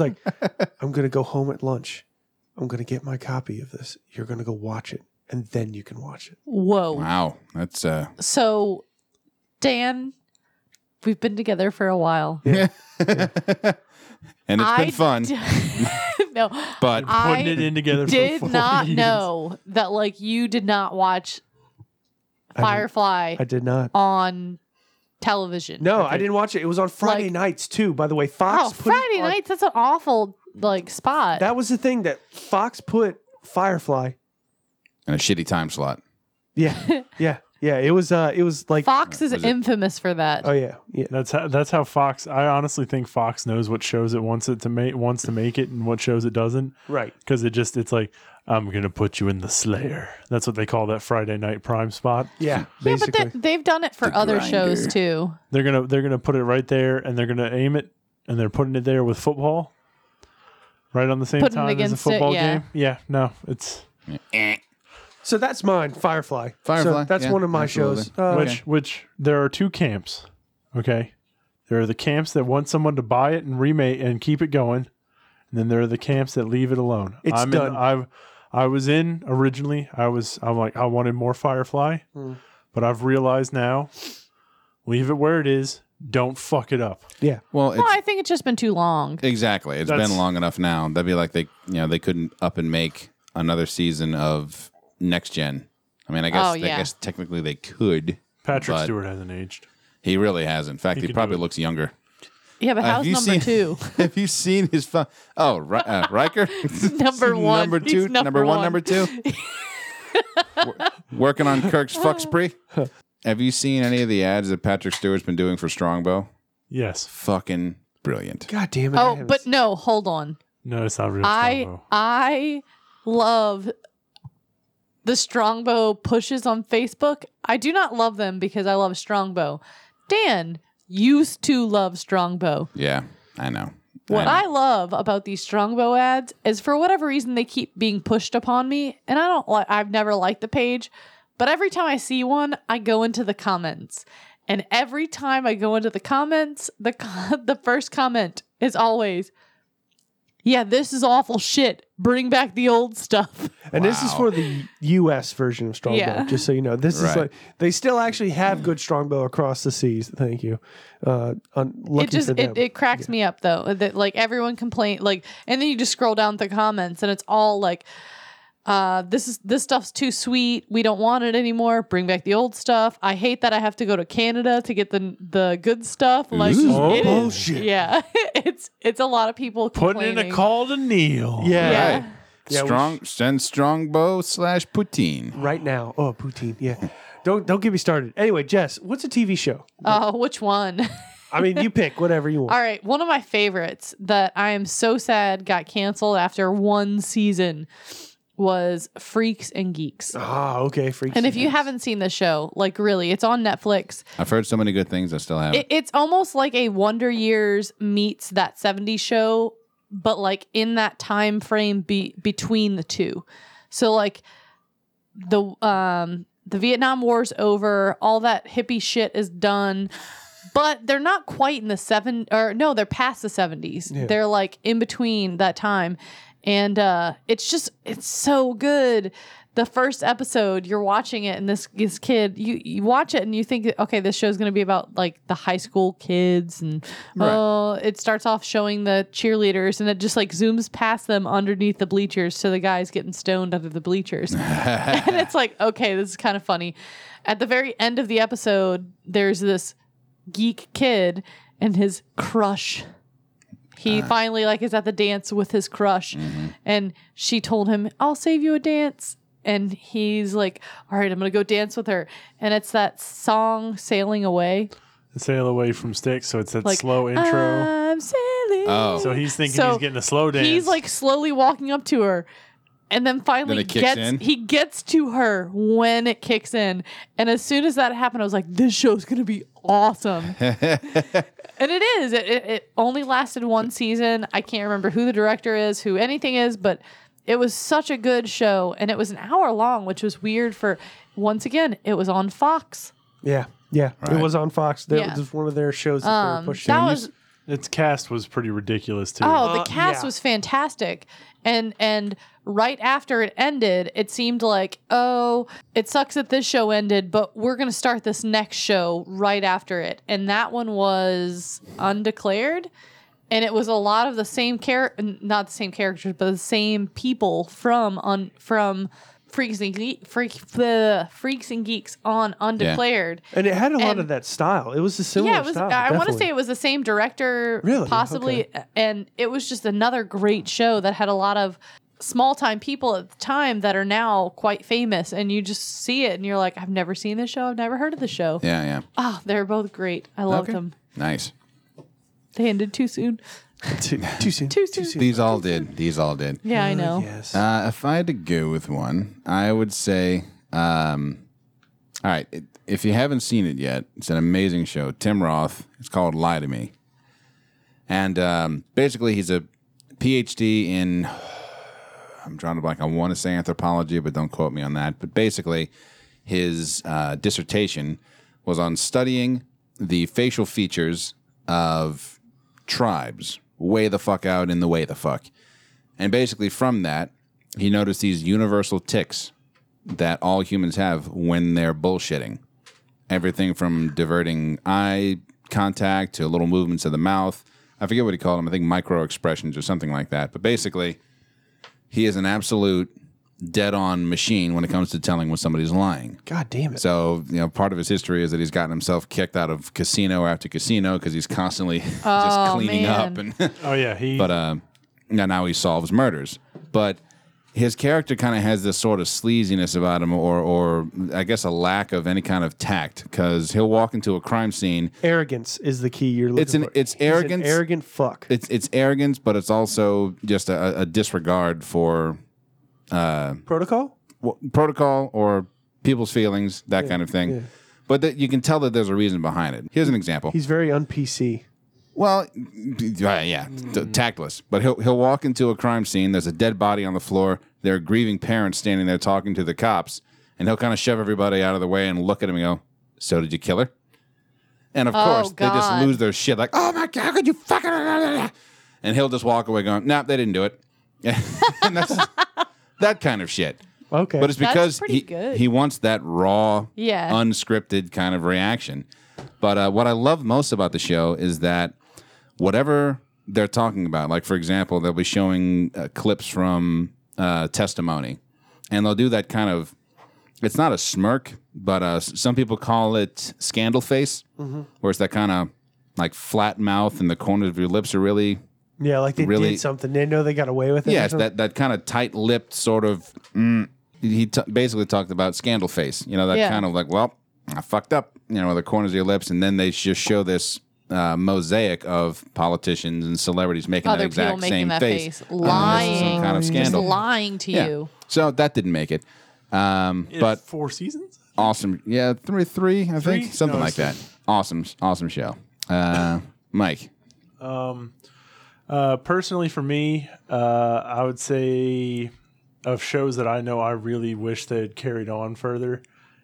S5: like, I'm going to go home at lunch. I'm going to get my copy of this. You're going to go watch it, and then you can watch it.
S1: Whoa.
S2: wow, that's uh,
S1: So Dan, we've been together for a while.
S2: and it's been fun,
S1: d- no.
S2: but
S1: I
S4: Putting it in together.
S1: did
S4: for four
S1: not
S4: years.
S1: know that like you did not watch
S5: didn't-
S1: Firefly
S5: I did not.
S1: on television.
S5: No, I didn't watch it. It was on Friday
S1: Like-
S5: nights too. By the way,
S1: Oh,
S5: Fox. put it
S1: Friday
S5: on-
S1: nights, that's an awful like spot.
S5: That was the thing that Fox put Firefly.
S2: in a shitty time slot.
S5: Yeah, yeah, yeah. It was. Uh, it was like.
S1: Fox is
S2: Was it-
S1: infamous for that.
S5: Oh yeah, yeah.
S4: That's how. That's how Fox. I honestly think Fox knows what shows it wants it to make wants to make it and what shows it doesn't.
S5: Right.
S4: Because it just it's like I'm gonna put you in the Slayer. That's what they call that Friday night prime spot.
S5: Yeah.
S1: yeah,
S5: Basically.
S1: but they, they've done it for
S2: The
S1: other
S2: grinder.
S1: shows too.
S4: They're gonna they're gonna put it right there and they're gonna aim it and they're putting it there with football. Right on the same
S1: Putting it
S4: time as a
S1: against it,
S4: football
S1: yeah.
S4: game. Yeah. No. It's
S5: So that's mine, Firefly. So
S2: Firefly,
S5: that's
S2: yeah,
S5: one of my
S2: absolutely.
S5: shows. Uh,
S4: which
S2: Okay.
S4: which there are two camps. Okay. There are the camps that want someone to buy it and remake and keep it going, and then there are the camps that leave it alone.
S5: It's
S4: I'm
S5: done.
S4: In, I've I was in originally. I was I'm like I wanted more Firefly,
S5: Hmm.
S4: but I've realized now, leave it where it is. Don't fuck it up.
S2: Well, it's,
S1: Well, I think it's just been too long.
S2: Exactly. it's
S4: That's-
S2: been long enough now. That'd be like they, you know, they couldn't up and make another season of Next Gen. I mean, I guess,
S1: Oh,
S2: I
S1: yeah.
S2: guess technically they could.
S4: Patrick
S2: But-
S4: Stewart hasn't aged.
S2: He really has. In fact, he,
S4: can
S2: probably
S4: do it.
S2: looks younger.
S1: Yeah, but
S2: Uh, have
S1: how's
S2: you
S1: number
S2: seen-
S1: two?
S2: Have you seen his? Fu- oh, Ri- uh, Riker.
S1: Number one.
S2: Number
S1: He's
S2: two.
S1: number
S2: number one.
S1: one.
S2: Number two. Wor- working on Kirk's fuck spree. Have you seen any of the ads that Patrick Stewart's been doing for Strongbow?
S4: Yes.
S2: Fucking brilliant.
S5: God damn it! I
S1: oh,
S5: haven't
S1: but
S5: seen-
S1: no, hold on.
S4: No, it's not real.
S1: I
S4: Strongbow.
S1: I love the Strongbow pushes on Facebook. I do not love them because I love Strongbow. Dan used to love Strongbow.
S2: Yeah, I know.
S1: What
S2: know.
S1: I love about these Strongbow ads is for whatever reason they keep being pushed upon me and I don't like I've never liked the page, but every time I see one, I go into the comments. And every time I go into the comments, the co- the first comment is always yeah, this is awful shit. Bring back the old stuff.
S5: And this is
S2: Wow.
S5: for the U.S. version of Strongbow,
S1: Yeah.
S5: just so you know. This is
S2: Right.
S5: like they still actually have good Strongbow across the seas. Thank you. Uh, un- lucky
S1: it just
S5: for them.
S1: it, it cracks me up though that like everyone complain like and then you just scroll down the comments and it's all like uh this is this stuff's too sweet we don't want it anymore bring back the old stuff i hate that i have to go to canada to get the the good stuff like
S2: Ooh.
S1: it is-
S5: bullshit.
S1: yeah it's it's a lot of people
S4: Oh, Putting in a
S1: complaining.
S4: call to Neil.
S5: yeah.
S1: yeah
S2: Right. Strong send strongbow slash poutine.
S5: Right now. Oh, poutine. Yeah. Don't don't get me started. Anyway, Jess, what's a TV show?
S1: uh which one
S5: I mean, you pick whatever you want.
S1: All right, one of my favorites that I am so sad got canceled after one season was Freaks and Geeks.
S5: Ah, okay, freaks.
S1: And if you haven't seen the show, like really, it's on Netflix.
S2: I've heard so many good things. I still have.
S1: It, it's almost like a Wonder Years meets that 70s show, but like in that time frame be- between the two. So like the um the Vietnam War's over, all that hippie shit is done. But they're not quite in the seven or no, they're past the 70s. They're like in between that time. And uh it's just it's so good. The first episode, you're watching it, and this this kid, you, you watch it and you think, okay, this show's gonna be about like the high school kids, and oh, it starts off showing the cheerleaders, and it just like zooms past them underneath the bleachers, so the guys getting stoned under the bleachers and it's like, okay, this is kind of funny. At the very end of the episode, there's this geek kid and his crush. He finally like is at the dance with his crush, and she told him, "I'll save you a dance." And he's like, "All right, I'm gonna go dance with her." And it's that song "Sailing Away,"
S4: Sail away from sticks, so it's that
S1: like uh,
S4: slow intro.
S1: I'm sailing.
S2: oh,
S4: so he's thinking
S1: So
S4: he's getting a slow dance.
S1: He's like slowly walking up to her. And then finally
S2: it kicks
S1: gets
S2: in?
S1: he gets to her when it kicks in. And as soon as that happened, I was like, this show's gonna be awesome. and it is. It, it, it only lasted one season. I can't remember who the director is, who anything is, but it was such a good show. And it was an hour long, which was weird for once again, it was on Fox.
S5: yeah, yeah,
S2: Right.
S5: it was on Fox. That
S1: Yeah.
S5: was one of their shows that they
S1: Um,
S5: were pushing.
S1: that was
S4: its cast was pretty ridiculous too.
S1: Oh, the cast was fantastic. And and right after it ended, it seemed like, oh, it sucks that this show ended, but we're gonna start this next show right after it. And that one was undeclared. And it was a lot of the same char not the same characters, but the same people from on from Freaks and Geek, Freak, bleh, Freaks and Geeks on Undeclared.
S5: and it had a lot
S1: and-
S5: of that style. It was a similar
S1: Yeah, it was.
S5: style.
S1: I want to
S5: definitely.
S1: say it was the same director,
S5: Really?
S1: possibly, and it was just another great show that had a lot of small time people at the time that are now quite famous, and you just see it and you're like, I've never seen this show, I've never heard of the show.
S2: yeah, yeah.
S1: Ah, they're both great. I love them.
S2: Nice.
S1: They ended too soon.
S5: too, too soon.
S1: Too soon.
S2: These all did. These all did.
S1: yeah, I know.
S5: Yes.
S2: Uh, if I had to go with one, I would say, um, all right, it, if you haven't seen it yet, it's an amazing show. Tim Roth. It's called Lie to Me. And um, basically, he's a PhD in, I'm drawing a blank. I want to say anthropology, but don't quote me on that. But basically, his uh, dissertation was on studying the facial features of tribes way the fuck out in the way the fuck. And basically, from that, he noticed these universal ticks that all humans have when they're bullshitting. Everything from diverting eye contact to little movements of the mouth. I forget what he called them. I think micro expressions or something like that. But basically, he is an absolute dead on machine when it comes to telling when somebody's lying.
S5: God damn it.
S2: So, you know, part of his history is that he's gotten himself kicked out of casino after casino because he's constantly just
S1: Oh,
S2: cleaning up
S1: man.
S2: and
S4: Oh yeah, he
S2: but uh, now now he solves murders. But his character kind of has this sort of sleaziness about him, or or I guess a lack of any kind of tact, because he'll walk into a crime scene.
S5: arrogance is the key you're looking
S2: It's an
S5: for.
S2: it's
S5: He's an
S2: arrogance.
S5: arrogant fuck.
S2: It's it's arrogance, but it's also just a, a disregard for
S5: Protocol?
S2: well, protocol or people's feelings, that kind of thing. But that you can tell that there's a reason behind it. Here's an example.
S5: He's very un PC.
S2: Well, yeah, yeah, t- tactless. But he'll he'll walk into a crime scene. There's a dead body on the floor. There are grieving parents standing there talking to the cops, and he'll kind of shove everybody out of the way and look at him and go, "So did you kill her?" And of
S1: Oh,
S2: course, they just
S1: God.
S2: lose their shit. Like, "Oh my god, how could you fucking?" And and he'll just walk away going, "Nah, they didn't do it." and that's that kind of shit.
S5: Okay.
S2: But it's
S1: That's
S2: because
S1: pretty
S2: he,
S1: good.
S2: he wants that raw,
S1: Yeah.
S2: unscripted kind of reaction. But uh, what I love most about the show is that whatever they're talking about, like for example, they'll be showing uh, clips from uh, testimony, and they'll do that kind of. It's not a smirk, but uh, s- some people call it scandal face, where it's that kind of like flat mouth and the corners of your lips are really
S5: yeah, like they
S2: Really-
S5: did something. They know they got away with it. or
S2: Yes,
S5: something.
S2: that that kind of tight-lipped sort of. Mm, he t- basically talked about scandal face. You know that
S1: Yeah.
S2: kind of like, well, I fucked up. You know, the corners of your lips, and then they just show this uh, mosaic of politicians and celebrities making
S1: Other
S2: that
S1: people
S2: exact same
S1: making that
S2: face,
S1: face,
S2: And then this is
S1: lying,
S2: some kind of
S1: just
S2: scandal.
S1: lying to
S2: Yeah.
S1: you.
S2: So that didn't make it. Um,
S4: In
S2: but
S4: four seasons.
S2: awesome. Yeah, three, three, I
S4: Three?
S2: think something
S4: No,
S2: like that.
S4: it's-
S2: Awesome, awesome show. Uh, Mike,
S4: Uh, personally, for me, uh, I would say of shows that I know, I really wish they had carried on further.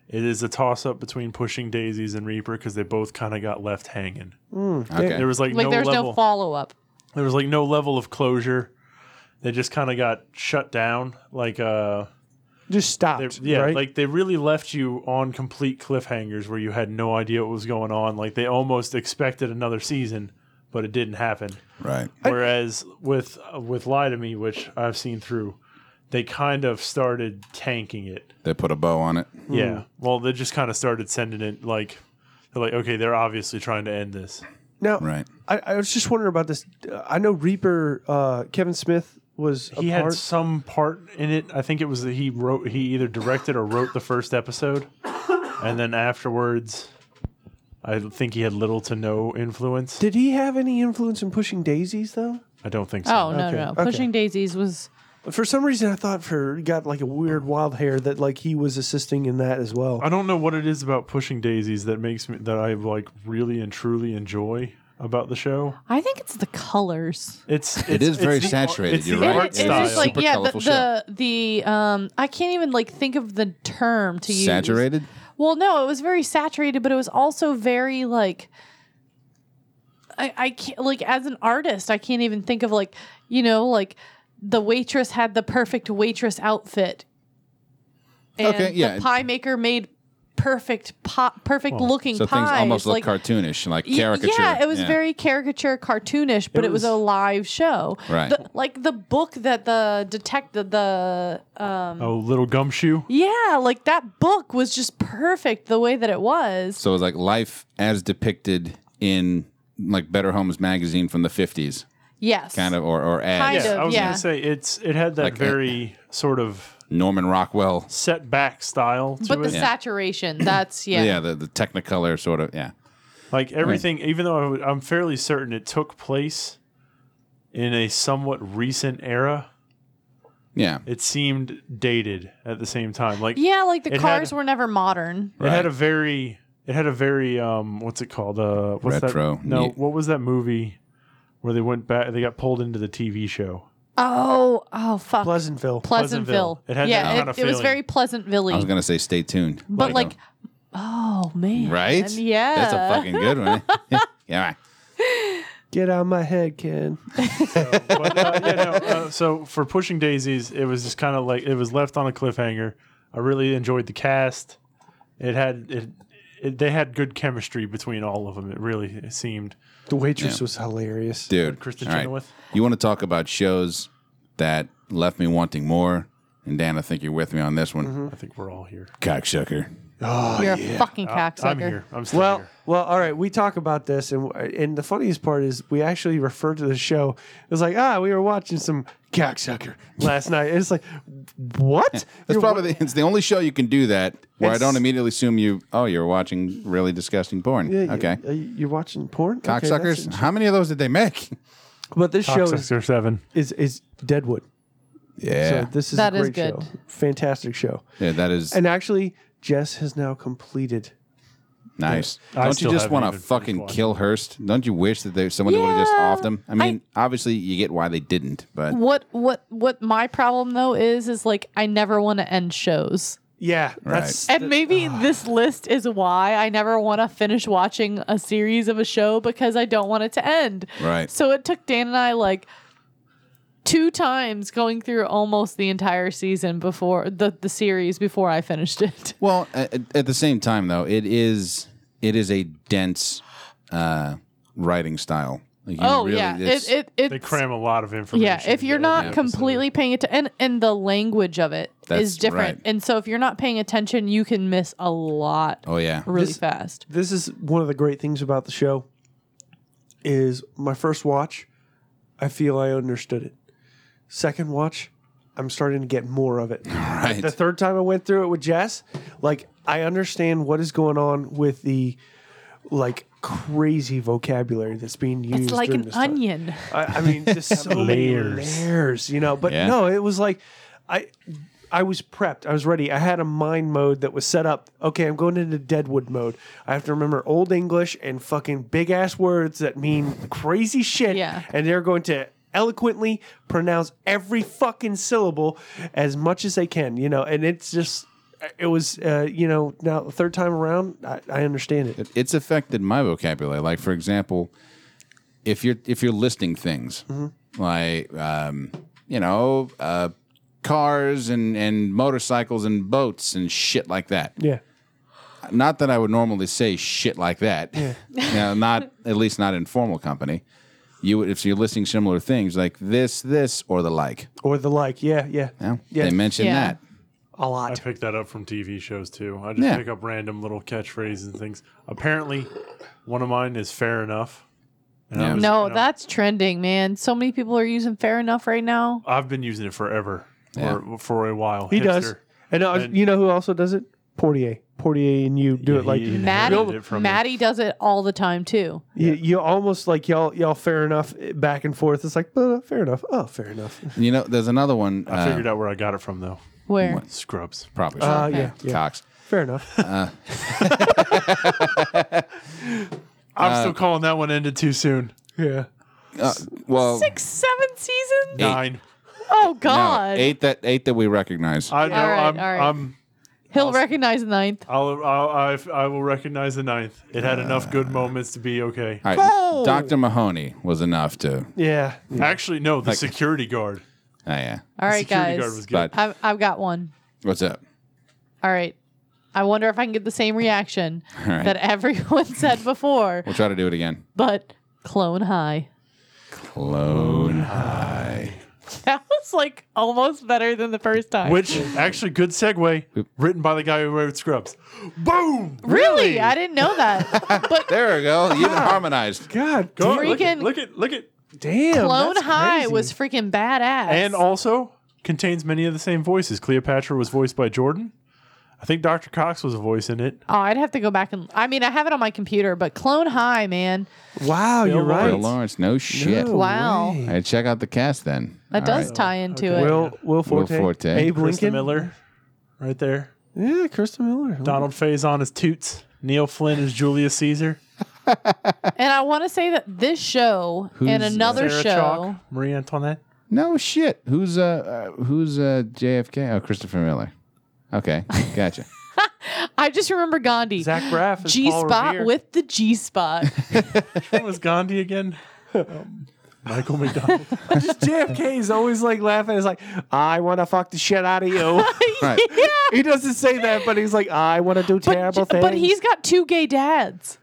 S4: It is a toss up between Pushing Daisies and Reaper because they both kind of got left hanging.
S2: okay,
S4: There was like,
S1: Like
S4: no
S1: there's
S4: level.
S1: no follow up.
S4: there was like no level of closure. They just kind of got shut down. Like uh,
S5: just
S4: they-
S5: stopped.
S4: yeah,
S5: right?
S4: like they really left you on complete cliffhangers where you had no idea what was going on. Like they almost expected another season, but it didn't happen.
S2: right.
S4: Whereas with with Lie to Me, which I've seen through, they kind of started tanking it.
S2: They put a bow on it.
S4: Yeah. Well, they just kind of started sending it like they're like, okay, they're obviously trying to end this.
S5: now,
S2: Right.
S5: I, I was just wondering about this. I know Reaper, uh, Kevin Smith was a
S4: He had
S5: part.
S4: some part in it. I think it was that he wrote, he either directed or wrote the first episode, and then afterwards, I think he had little to no influence.
S5: Did he have any influence in pushing daisies though?
S4: I don't think so.
S1: Oh no,
S5: Okay,
S1: no, no.
S5: okay.
S1: Pushing Daisies was
S5: For some reason, I thought for got like a weird wild hair that like he was assisting in that as well.
S4: I don't know what it is about pushing daisies that makes me that I like really and truly enjoy about the show.
S1: I think it's the colors.
S4: It's, it's
S2: is very
S4: the ar-
S2: saturated,
S4: It's
S2: you're
S4: the
S2: right.
S4: art
S2: It-
S1: it's
S4: style.
S1: just like
S2: Super
S1: yeah,
S2: colorful
S1: the, the the um I can't even like think of the term to use.
S2: Saturated.
S1: Well, no, it was very saturated, but it was also very like I, I can't like as an artist, I can't even think of like you know like the waitress had the perfect waitress outfit. And
S2: Okay, yeah.
S1: The pie maker made perfect pop, perfect looking
S2: So
S1: pies.
S2: things almost look
S1: like,
S2: cartoonish, like
S1: Y-
S2: caricature.
S1: Yeah, it was very caricature, cartoonish, but it was,
S4: was-
S1: a live show.
S2: Right.
S1: The- like the book that the detective, the um,
S4: Oh, little gumshoe.
S1: yeah, like that book was just perfect the way that it was.
S2: So it was like life as depicted in like Better Homes magazine from the fifties,
S1: Yes,
S2: kind of, or or
S1: Kind
S2: ads.
S4: Yeah,
S1: of,
S4: I was
S1: yeah.
S4: gonna say it's it had that
S2: Like, uh,
S4: very sort of
S2: Norman Rockwell.
S4: set back style to
S1: But the
S4: it.
S1: saturation, that's yeah.
S2: Yeah, the, the Technicolor sort of. Yeah,
S4: Like everything, even though i w- I'm fairly certain it took place in a somewhat recent era,
S2: yeah.
S4: it seemed dated at the same time. Like
S1: Yeah, like the
S4: It had-
S1: cars were never modern.
S4: It had a very, it had a very, um, what's it called? Uh, what's
S2: Retro.
S4: That? No,
S2: Neat.
S4: what was that movie where they went back? They got pulled into the TV show.
S1: Oh, oh fuck. Pleasantville.
S5: Pleasantville.
S4: Pleasantville. It had
S1: yeah,
S4: that
S1: it,
S4: kind of
S1: it was
S4: feeling.
S1: very Pleasantville.
S2: I was gonna say, stay tuned.
S1: but like,
S2: you
S1: oh man,
S2: know. right?
S1: And yeah,
S2: that's a fucking good one. yeah, right.
S5: Get out of my head, Ken.
S4: But, uh, yeah, no, uh, so for Pushing Daisies, it was just kind of like it was left on a cliffhanger. I really enjoyed the cast. It had it, it they had good chemistry between all of them. It really seemed
S5: The waitress was hilarious.
S2: dude.
S4: Kristen
S2: all right.
S4: Chenoweth.
S2: You want to talk about shows that left me wanting more? And Dan, I think you're with me on this one.
S4: I think we're all here.
S2: Cocksucker.
S1: you're a fucking cocksucker.
S4: Oh, I'm here. I'm still
S5: Well,
S4: here.
S5: well, all right. We talk about this, and and the funniest part is we actually refer to the show. It was like ah, we were watching some cocksucker last night. It's like what?
S2: That's
S5: You're
S2: probably it's the only show you can do that where I
S5: It's-
S2: don't immediately assume you. Oh, you're watching really disgusting porn.
S5: wa- yeah,
S2: okay,
S5: you- uh, You're watching porn, Okay, that's
S2: cocksuckers.
S5: interesting.
S2: How many of those did they make?
S5: but this show is,
S4: Cocksucker Seven.
S5: is is Deadwood.
S2: Yeah,
S5: So this is
S1: That
S5: a
S1: is
S5: great
S1: good.
S5: show. Fantastic show.
S2: yeah, that is
S5: And actually, Jess has now completed. uh,
S2: nice.
S4: I
S2: Don't you
S4: still
S2: just
S4: haven't
S2: want to
S4: even
S2: fucking
S4: watched
S2: kill Hearst? Don't you wish that there somebody would have just
S1: Yeah,
S2: offed him? I mean, obviously you get why they didn't, but
S1: What what what my problem though is is like I never want to end shows.
S5: Yeah, that's
S1: And maybe this list is why I never want to finish watching a series of a show because I don't want it to end.
S2: Right.
S1: So it took Dan and I like two times going through almost the entire season before the, the series before I finished it.
S2: Well, at, at the same time, though, it is it is a dense uh, writing style. Like, you
S1: oh
S2: really-
S1: yeah.
S2: it's-
S1: It it it's,
S4: They cram a lot of information.
S1: yeah, if you're
S4: into
S1: not
S4: every
S1: completely paying attention, and, and the language of it is
S2: That's
S1: different,
S2: right.
S1: and so if you're not paying attention, you can miss a lot
S2: oh yeah.
S1: really
S5: This-
S1: fast.
S5: this is one of the great things about the show is my first watch i feel i understood it second watch i'm starting to get more of it
S2: Right.
S5: the third time i went through it with jess like i understand what is going on with the like crazy vocabulary that's being used
S1: It's like
S5: during
S1: an
S5: this time.
S1: onion.
S5: I, I mean, just so
S4: Layers.
S5: layers. many layers, you know. But
S2: Yeah.
S5: no, it was like I I was prepped. I was ready. I had a mind mode that was set up. Okay, I'm going into Deadwood mode. I have to remember old English and fucking big ass words that mean crazy shit.
S1: Yeah.
S5: And they're going to eloquently pronounce every fucking syllable as much as they can, you know. And it's just it was uh, you know, now the third time around, I, I understand it.
S2: It- it's affected my vocabulary. Like for example, if you're if you're listing things
S5: Mm-hmm.
S2: like um, you know uh, cars and and motorcycles and boats and shit like that.
S5: Yeah.
S2: Not that I would normally say shit like that. You know, not at least not in formal company. You would- if you're listing similar things like this, this, or the like.
S5: Or the like, yeah, yeah.
S2: you know?
S5: Yeah.
S2: They mention
S1: Yeah.
S2: that.
S5: A
S4: I
S5: lot.
S4: pick that up from TV shows too. I just
S2: Yeah.
S4: pick up random little catchphrases and things. Apparently, one of mine is fair enough. And
S2: Yeah.
S4: I'm just,
S1: No,
S4: you know,
S1: that's trending, man. So many people are using fair enough right now.
S4: I've been using it forever
S2: Yeah.
S4: or for a while.
S5: He does.
S4: Hipster.
S5: And, uh,
S4: And-
S5: you know who also does it? Portier. Portier and you do
S4: Yeah,
S5: it like
S4: he inherited
S1: Maddie
S4: it from me.
S1: Maddie does it all the time too.
S5: you, you almost like y'all y'all fair enough eh, back and forth. It's like uh, fair enough. Oh, fair enough.
S2: You know, there's another one.
S4: I
S2: Uh,
S4: figured out where I got it from though.
S1: Where
S4: Scrubs.
S2: probably
S5: Uh,
S2: should.
S5: yeah, yeah.
S2: Cox.
S5: Fair enough.
S4: I'm still calling that one ended too soon.
S5: yeah.
S2: Uh, well,
S1: six, seven seasons?
S4: Nine.
S1: Oh
S2: no,
S1: God,
S2: eight that eight that we recognize.
S4: I know.
S1: All right,
S4: I'm,
S1: all right.
S4: I'm
S1: he'll recognize the ninth.
S4: I'll, I'll, I've- I will recognize the ninth. It
S2: Uh,
S4: had enough good moments to be okay.
S2: All right, Dr. Mahoney was enough to.
S5: Yeah.
S4: Actually, no, the security guard.
S2: Oh, yeah.
S1: All right,
S4: security
S1: guys,
S4: guard was good.
S2: But
S1: I've, I've got one.
S2: what's up?
S1: All right, I wonder if I can get the same reaction
S2: right.
S1: that everyone said before,
S2: We'll try to do it again.
S1: but clone high.
S2: Clone.
S1: That was like almost better than the first time.
S4: Which actually, good segue. Written by the guy who wrote Scrubs. Boom!
S1: really? I didn't know that. but
S2: There we go. You even harmonized.
S5: God.
S4: Go
S5: damn-
S4: look at
S1: Freaking-
S4: look at look at,
S5: Damn.
S1: clone
S5: that's
S1: high
S5: crazy.
S1: was freaking badass.
S4: and also contains many of the same voices. Cleopatra was voiced by Jordan. I think Dr. Cox was a voice in it.
S1: Oh, I'd have to go back and. I mean, I have it on my computer, but Clone High, man.
S5: wow. You're right.
S2: Bill Lawrence, no shit.
S5: No
S1: Wow.
S5: way.
S2: All right, check out the cast then.
S1: That
S2: All
S1: does
S2: right.
S1: tie into it.
S5: Will Will Forte.
S2: Forte.
S5: Abe
S4: Krista
S5: Lincoln.
S4: Miller, right there.
S5: Yeah, Krista Miller.
S4: Donald Faison is Toots. Neil Flynn is Julius Caesar.
S1: and I want to say that this show and
S2: Who's
S1: another
S4: Sarah
S1: show.
S4: Chalk, Marie Antoinette.
S2: No shit. Who's uh, uh who's uh JFK? Oh, Christopher Miller. Okay, gotcha.
S1: I just remember Gandhi.
S5: Zach Braff. is
S1: G
S5: Paul
S1: spot
S5: Revere.
S1: with the G spot.
S4: What was Gandhi again? Um, Michael McDonald.
S5: JFK is always like laughing. It's like I want to fuck the shit out of you.
S2: All right.
S5: he doesn't say that, but he's like I want to do
S1: but,
S5: terrible things.
S1: but he's got two gay dads.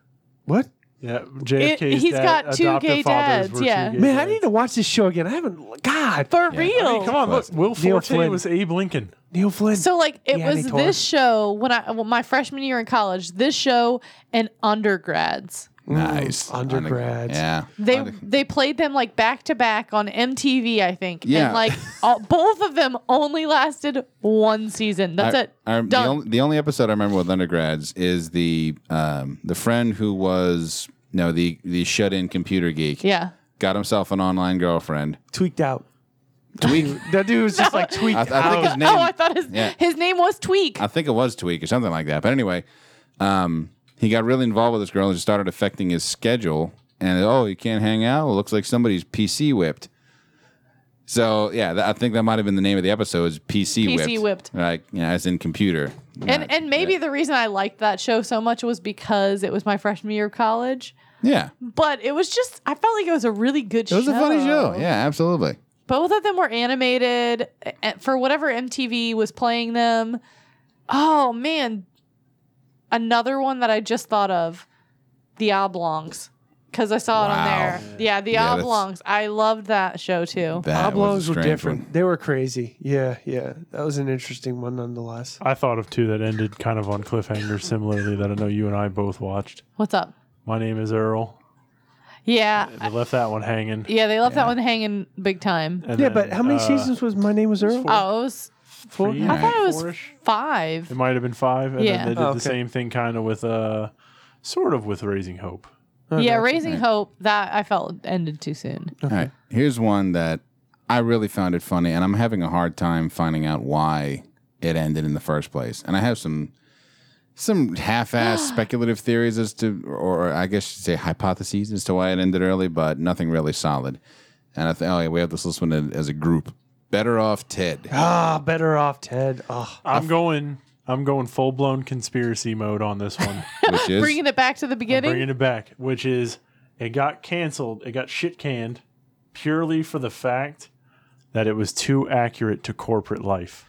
S5: what?
S4: Yeah,
S1: It-
S4: JFK's
S1: he's
S4: dad-
S1: got two
S4: adoptive
S1: gay
S4: fathers
S1: dads,
S4: were two
S1: yeah.
S4: gay
S5: Man, I
S4: dads.
S5: need to watch this show again. I haven't. God.
S1: For real.
S4: Come on, look. Will
S5: Neil
S4: Forte
S5: Flynn.
S4: was Abe Lincoln.
S5: Neil Flynn.
S1: So like it
S5: Yeah, they
S1: was
S5: tore
S1: this show when I well, my freshman year in college, this show and undergrads.
S2: nice.
S5: Mm, undergrads.
S2: Yeah.
S1: They
S2: Under-
S1: they played them like back to back on MTV, I think.
S2: Yeah.
S1: And like all, both of them only lasted one season. That's
S2: I-
S1: it.
S2: I- the,
S1: Done.
S2: only, the only episode I remember with undergrads is the um, the friend who was no the the shut in computer geek
S1: yeah.
S2: got himself an online girlfriend.
S5: tweaked out.
S2: Tweak.
S5: That dude was just like tweaked
S2: I, I
S5: out.
S2: think his name.
S1: oh, I thought his
S2: yeah.
S1: his name was Tweak.
S2: I think it was Tweak or something like that. But anyway, um, he got really involved with this girl and it started affecting his schedule. And oh, you can't hang out. It looks like somebody's PC whipped. So yeah, th- I think that might have been the name of the episode is PC,
S1: PC whipped.
S2: like you know, as in computer.
S1: And
S2: Not-
S1: and maybe the reason I liked that show so much was because it was my freshman year of college.
S2: yeah,
S1: But it was just I felt like it was a really good
S2: it
S1: show.
S2: was a funny show. Yeah, absolutely.
S1: Both of them were animated eh, eh, for whatever MTV was playing them. Oh man. Another one that I just thought of. The Oblongs. Because I saw it on
S2: Wow.
S1: there. Yeah, The
S2: Yeah, that's-
S1: Oblongs. I loved that show too.
S2: That was
S5: Oblongs
S2: a
S5: were
S2: strange
S5: different.
S2: one.
S5: They were crazy. Yeah, yeah. That was an interesting one nonetheless.
S4: I thought of two that ended kind of on cliffhanger similarly that I know you and I both watched.
S1: What's up?
S4: My name is Earl.
S1: Yeah.
S4: They left that one hanging.
S1: Yeah, they left that one hanging big time.
S4: And
S5: Yeah,
S4: then,
S5: but how many
S4: uh,
S5: seasons was My Name Was Earl?
S1: Oh, it was
S4: Four?
S1: I thought it was
S4: Four-ish?
S1: five.
S4: It might have been five, and
S1: Yeah.
S4: then they did
S5: Oh,
S4: the
S5: okay.
S4: same thing, kind of with uh, sort of with Raising Hope.
S5: Oh,
S1: yeah, Raising Hope, that I felt ended too soon.
S2: All right, here's one that I really found it funny, and I'm having a hard time finding out why it ended in the first place. And I have some some half-ass speculative theories as to, or I guess you say hypotheses as to why it ended early, but nothing really solid. And I think, oh yeah, we have this list one as a group. Better off Ted.
S5: Ah, better off Ted. Ah,
S4: I'm going. I'm going full blown conspiracy mode on this one,
S2: which is
S1: Bringing it back to the beginning.
S4: bringing it back, which is it got canceled. It got shit canned purely for the fact that it was too accurate to corporate life.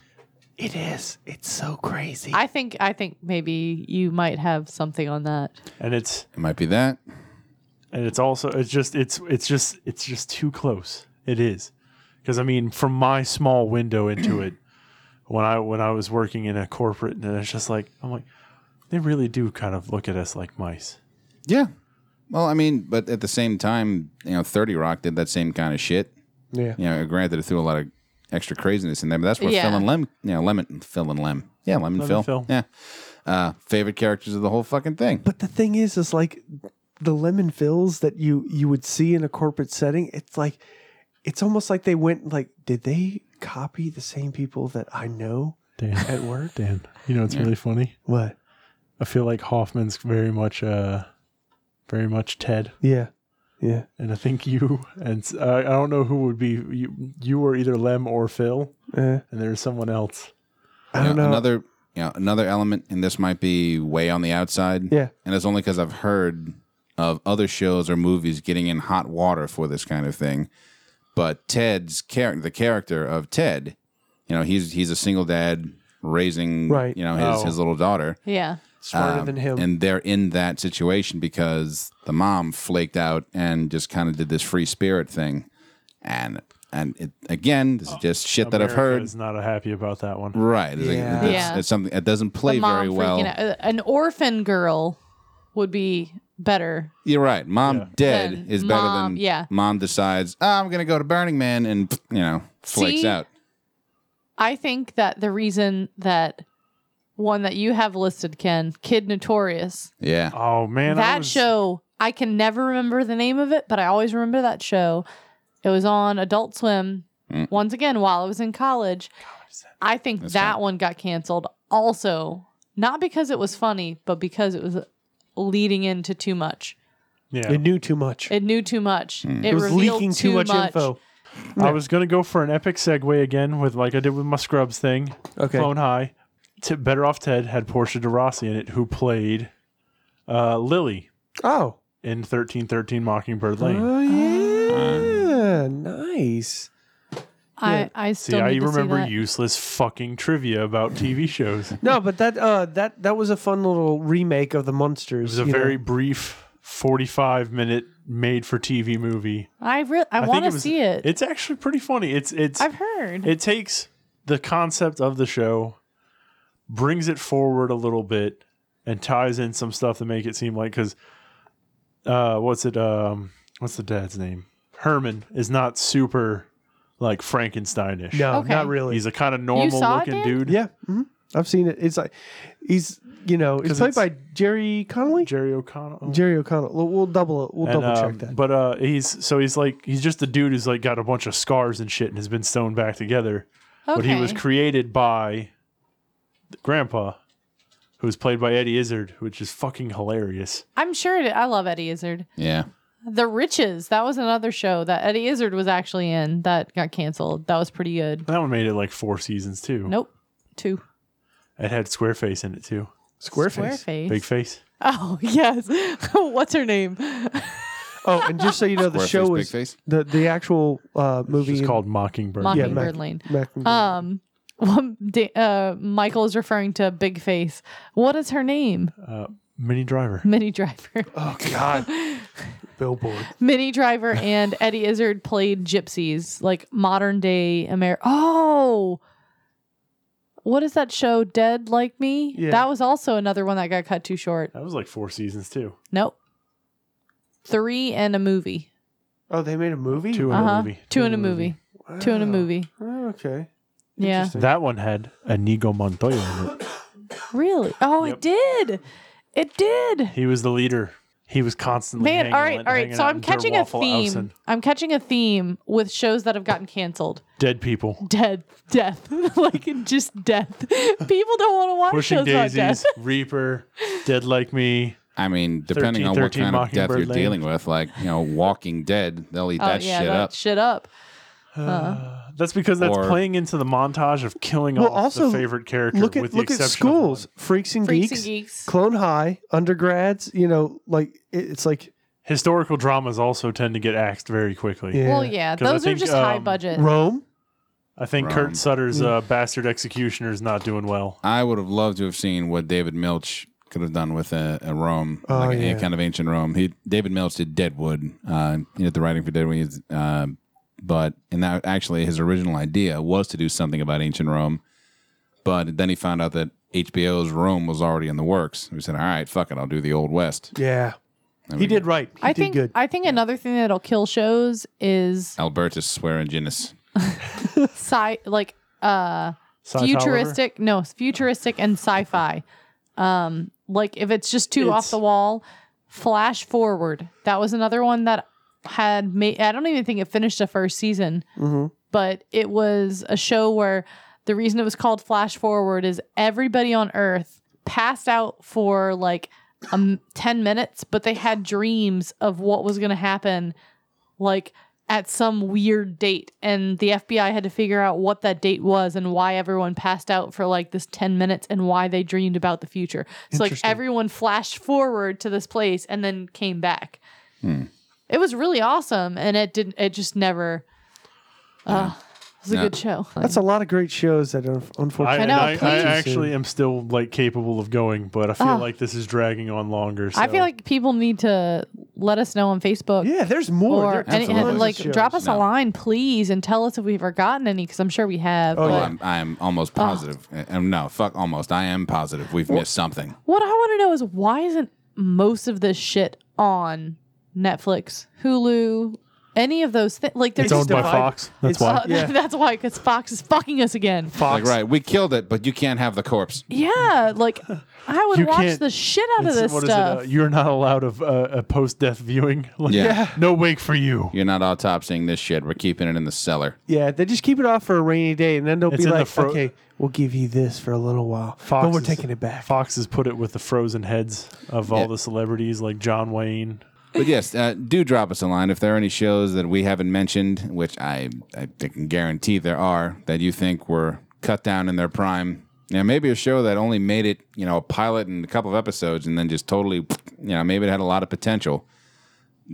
S5: it is. It's so crazy.
S1: I think I think maybe you might have something on that.
S4: And it's
S2: it might be that.
S4: and it's also it's just it's it's just it's just too close. It is because I mean, from my small window into it, when I when I was working in a corporate, and it's just like I'm like, they really do kind of look at us like mice.
S2: Yeah. Well, I mean, but at the same time, you know, Thirty Rock did that same kind of shit.
S5: Yeah.
S2: You know, granted, it threw a lot of extra craziness in there, but that's where
S1: Yeah.
S2: Phil and Lem, you know, Lemon, Phil and Lem, yeah, Lemon,
S4: Lem
S2: Phil.
S4: and Phil.
S2: yeah, uh, favorite characters of the whole fucking thing.
S5: But the thing is, is like the lemon fills that you you would see in a corporate setting. It's like it's almost like they went like, did they copy the same people that I know
S4: Dan,
S5: at work?
S4: Dan, you know it's really funny.
S5: what?
S4: I feel like Hoffman's very much, uh, very much Ted,
S5: Yeah, yeah.
S4: and I think you and s- I, I don't know who would be you. You were either Lem or Phil,
S5: Uh,
S4: and there's someone else.
S5: I
S2: You
S5: don't know.
S2: Another, you know, another element, and this might be way on the outside.
S5: Yeah.
S2: and it's only because I've heard of other shows or movies getting in hot water for this kind of thing. But Ted's character, the character of Ted, you know, he's he's a single dad raising,
S5: Right.
S2: you know, his
S4: Oh.
S2: his little daughter.
S1: Yeah.
S5: Smarter
S2: Um,
S5: than him.
S2: And they're in that situation because the mom flaked out and just kind of did this free spirit thing. And and it, again,
S5: Oh,
S2: this is just shit that I've heard.
S4: Is not happy about that one.
S2: Right. It's, like-
S5: Yeah.
S2: it's-
S1: Yeah.
S2: it's something that doesn't play
S1: The mom
S2: very
S1: freaking
S2: well.
S1: out. Uh, An orphan girl would be better.
S2: You're right. Mom dead
S1: Then
S2: is better
S1: mom-
S2: than
S1: yeah.
S2: mom decides, "Ah, I'm going to go to Burning Man and, you know, flakes
S1: See?
S2: out.
S1: I think that the reason that one that you have listed, Ken, Kid Notorious,
S2: Yeah.
S4: Oh man, I
S1: that
S4: was-
S1: show, I can never remember the name of it, but I always remember that show. It was on Adult Swim
S2: Mm.
S1: once again while I was in college. I think
S2: That's
S1: that
S2: fine.
S1: one got canceled also, not because it was funny, but because it was leading into too much.
S4: Yeah,
S5: they knew too much.
S1: It knew too much. It,
S5: It was
S1: revealed
S5: leaking too much, info.
S4: I was gonna go for an epic segue again with like I did with my Scrubs thing.
S5: Okay.
S4: Clone High. T- Better Off Ted had Portia de Rossi in it, who played uh, Lily
S5: Oh,
S4: in thirteen thirteen Mockingbird Lane.
S5: oh yeah, nice.
S1: I, I
S4: See,
S1: still
S4: I
S1: need to
S4: remember
S1: see that.
S4: useless fucking trivia about TV shows. It
S5: No, but that uh that that was a fun little remake of the monsters.
S4: was a
S5: you know?
S4: very brief, forty-five minute made-for-TV movie.
S1: I re- I,
S4: think
S1: want to
S4: was-
S1: see it.
S4: It's actually pretty funny. It's it's
S1: I've heard.
S4: it takes the concept of the show, brings it forward a little bit, and ties in some stuff to make it seem like because uh, what's it? Um, what's the dad's name? Herman is not super like Frankensteinish.
S5: no,
S1: Okay.
S5: not really.
S4: he's a kind of normal
S1: saw it,
S4: looking
S1: Dan?
S4: dude.
S5: Yeah, hmm I've seen it. It's like he's you know it's
S4: 'Cause
S5: played
S4: it's-
S5: by Jerry Connolly.
S4: Jerry O'Connell.
S5: Jerry O'Connell. We'll, we'll double we'll
S4: And,
S5: double
S4: um,
S5: check that.
S4: But uh, he's so he's like he's just a dude who's like got a bunch of scars and shit and has been sewn back together.
S1: okay.
S4: But he was created by Grandpa, who was played by Eddie Izzard, which is fucking hilarious.
S1: I'm sure it, I love Eddie Izzard.
S2: Yeah.
S1: The Riches. That was another show that Eddie Izzard was actually in that got canceled. That was pretty good.
S4: That one made it like four seasons too.
S1: Nope. Two.
S4: It had Squareface in it too.
S5: Squareface.
S1: Squareface.
S4: Big face.
S1: Oh yes. What's her name?
S5: Oh, and just so you know, the
S2: Square
S5: show
S2: face,
S5: was
S2: big face.
S5: the the actual uh, movie.
S4: It's called Mockingbird.
S5: Yeah,
S1: Mockingbird
S5: Mac-
S1: Lane.
S5: Mac-
S1: Um, one da- uh, Michael is referring to Big Face. What is her name?
S4: Uh, Mini Driver.
S1: Mini Driver.
S5: oh God, Billboard.
S1: Mini Driver and Eddie Izzard played gypsies, like modern day Amer. Oh, what is that show? Dead Like Me.
S5: Yeah.
S1: That was also another one that got cut too short.
S4: That was like four seasons too.
S1: Nope. Three and a movie.
S5: Oh, they made a movie.
S4: Two in
S1: Uh-huh.
S4: a movie.
S1: Two and a movie. Two and a
S5: Wow.
S1: movie.
S5: Oh, okay.
S1: Yeah.
S4: That one had Inigo Montoya in it.
S1: Really? Oh,
S4: Yep.
S1: it did. It did.
S4: He was the leader. He was constantly.
S1: Man,
S4: hanging
S1: all right,
S4: out-
S1: all right.
S4: hanging
S1: So
S4: out
S1: I'm
S4: in Der
S1: catching a
S4: Waffle House and
S1: theme. I'm catching a theme with shows that have gotten canceled.
S4: Dead people.
S1: Dead, death, like just death. People don't want to watch
S4: Pushing
S1: shows about death.
S4: Daisies. Reaper. Dead Like Me.
S2: I mean, depending
S4: 13,
S2: on what
S4: 13
S2: kind of death
S4: Mockingbird
S2: you're
S4: Lane.
S2: dealing with, like you know, Walking Dead, they'll eat
S1: Oh
S2: that
S1: yeah,
S2: shit
S1: that
S2: up.
S1: shit up.
S5: Uh,
S1: Uh-huh.
S4: That's because that's
S2: Or-
S4: playing into the montage of killing
S5: Well,
S4: off
S5: also,
S4: the favorite character.
S5: Look at
S4: with
S5: look
S4: the
S5: at
S4: exception of one.
S5: schools, freaks and
S1: Freaks
S5: geeks,
S1: and Geeks.
S5: Clone High, undergrads. You know, like it, it's like
S4: Historical dramas also tend to get axed very quickly.
S5: yeah.
S1: Well, yeah,
S4: 'Cause I
S1: those
S4: think,
S1: are just high
S4: um,
S1: budget.
S5: Rome.
S4: I think
S2: Wrong.
S4: Kurt Sutter's uh, Bastard Executioner is not doing well.
S2: I would have loved to have seen what David Milch could have done with a, a Rome,
S5: Oh,
S2: like a- a,
S5: yeah.
S2: kind of ancient Rome. He David Milch did Deadwood. Uh, he did the writing for Deadwood, uh, but and that actually his original idea was to do something about ancient Rome, but then he found out that HBO's Rome was already in the works. He said, "All right, fuck it, I'll do the Old West."
S5: Yeah,
S2: And
S5: he
S2: we-
S5: did right. He
S1: I
S5: did
S1: think.
S5: good.
S1: I think another thing that'll kill shows
S2: Oh.
S1: is
S2: Albertus Swearingenus.
S1: sci like uh
S4: Cy Tolliver?
S1: futuristic no futuristic and sci-fi um like if it's just too off
S5: It's-
S1: the wall flash forward that was another one that had made i don't even think it finished the first season but it was a show where the reason it was called flash forward is everybody on earth passed out for like um, 10 minutes but they had dreams of what was going to happen like at some weird date and the FBI had to figure out what that date was and why everyone passed out for like this 10 minutes and why they dreamed about the future. So like
S5: Interesting.
S1: everyone flashed forward to this place and then came back. It was really awesome and it didn't it just never uh, it was a
S2: Yeah.
S1: good show.
S5: That's a lot of great shows that un-
S4: I,
S5: unfortunately.
S4: and
S1: know,
S4: I, I
S1: please.
S4: actually am still like capable of going, but I feel
S1: Ah.
S4: like this is dragging on longer.
S1: I
S4: so-
S1: feel like people need to let us know on Facebook.
S5: yeah, there's more.
S1: Or
S5: There are
S1: any,
S5: tons of
S2: absolutely.
S1: like,
S5: shows.
S1: drop us a
S2: No.
S1: line, please, and tell us if we've forgotten any, because I'm sure we have.
S5: Oh,
S1: but-
S2: Well, I'm, I'm almost positive. Uh, um, no, fuck almost. I am positive. We've missed something.
S1: What I want to know is why isn't most of this shit on Netflix, Hulu, any of those things? Like, there's
S4: it's owned
S1: just
S4: by
S5: divided.
S4: Fox.
S5: It's-
S4: That's why.
S1: uh,
S5: Yeah.
S1: that's why because Fox is fucking us again.
S2: Like, right, we killed it, but you can't have the corpse.
S1: Yeah, like I would
S4: You
S1: watch
S4: can't-
S1: the shit out of
S4: It's-
S1: this
S4: what is it?
S1: stuff.
S4: Uh, you're not allowed of uh, a post-death viewing. Like,
S2: Yeah. Yeah.
S4: No wake for you.
S2: You're not autopsying this shit. We're keeping it in the cellar.
S5: Yeah, they just keep it off for a rainy day, and then they'll
S4: It's
S5: be
S4: in the
S5: like,
S4: fro-
S5: "Okay, we'll give you this for a little while,
S4: Fox
S5: but we're
S4: is-
S5: taking it back."
S4: Fox has put it with the frozen heads of all
S2: Yeah.
S4: the celebrities, like John Wayne.
S2: But yes, uh, do drop us a line if there are any shows that we haven't mentioned, which I, I can guarantee there are, that you think were cut down in their prime. Now, maybe a show that only made it, you know, a pilot and a couple of episodes and then just totally, you know, maybe it had a lot of potential.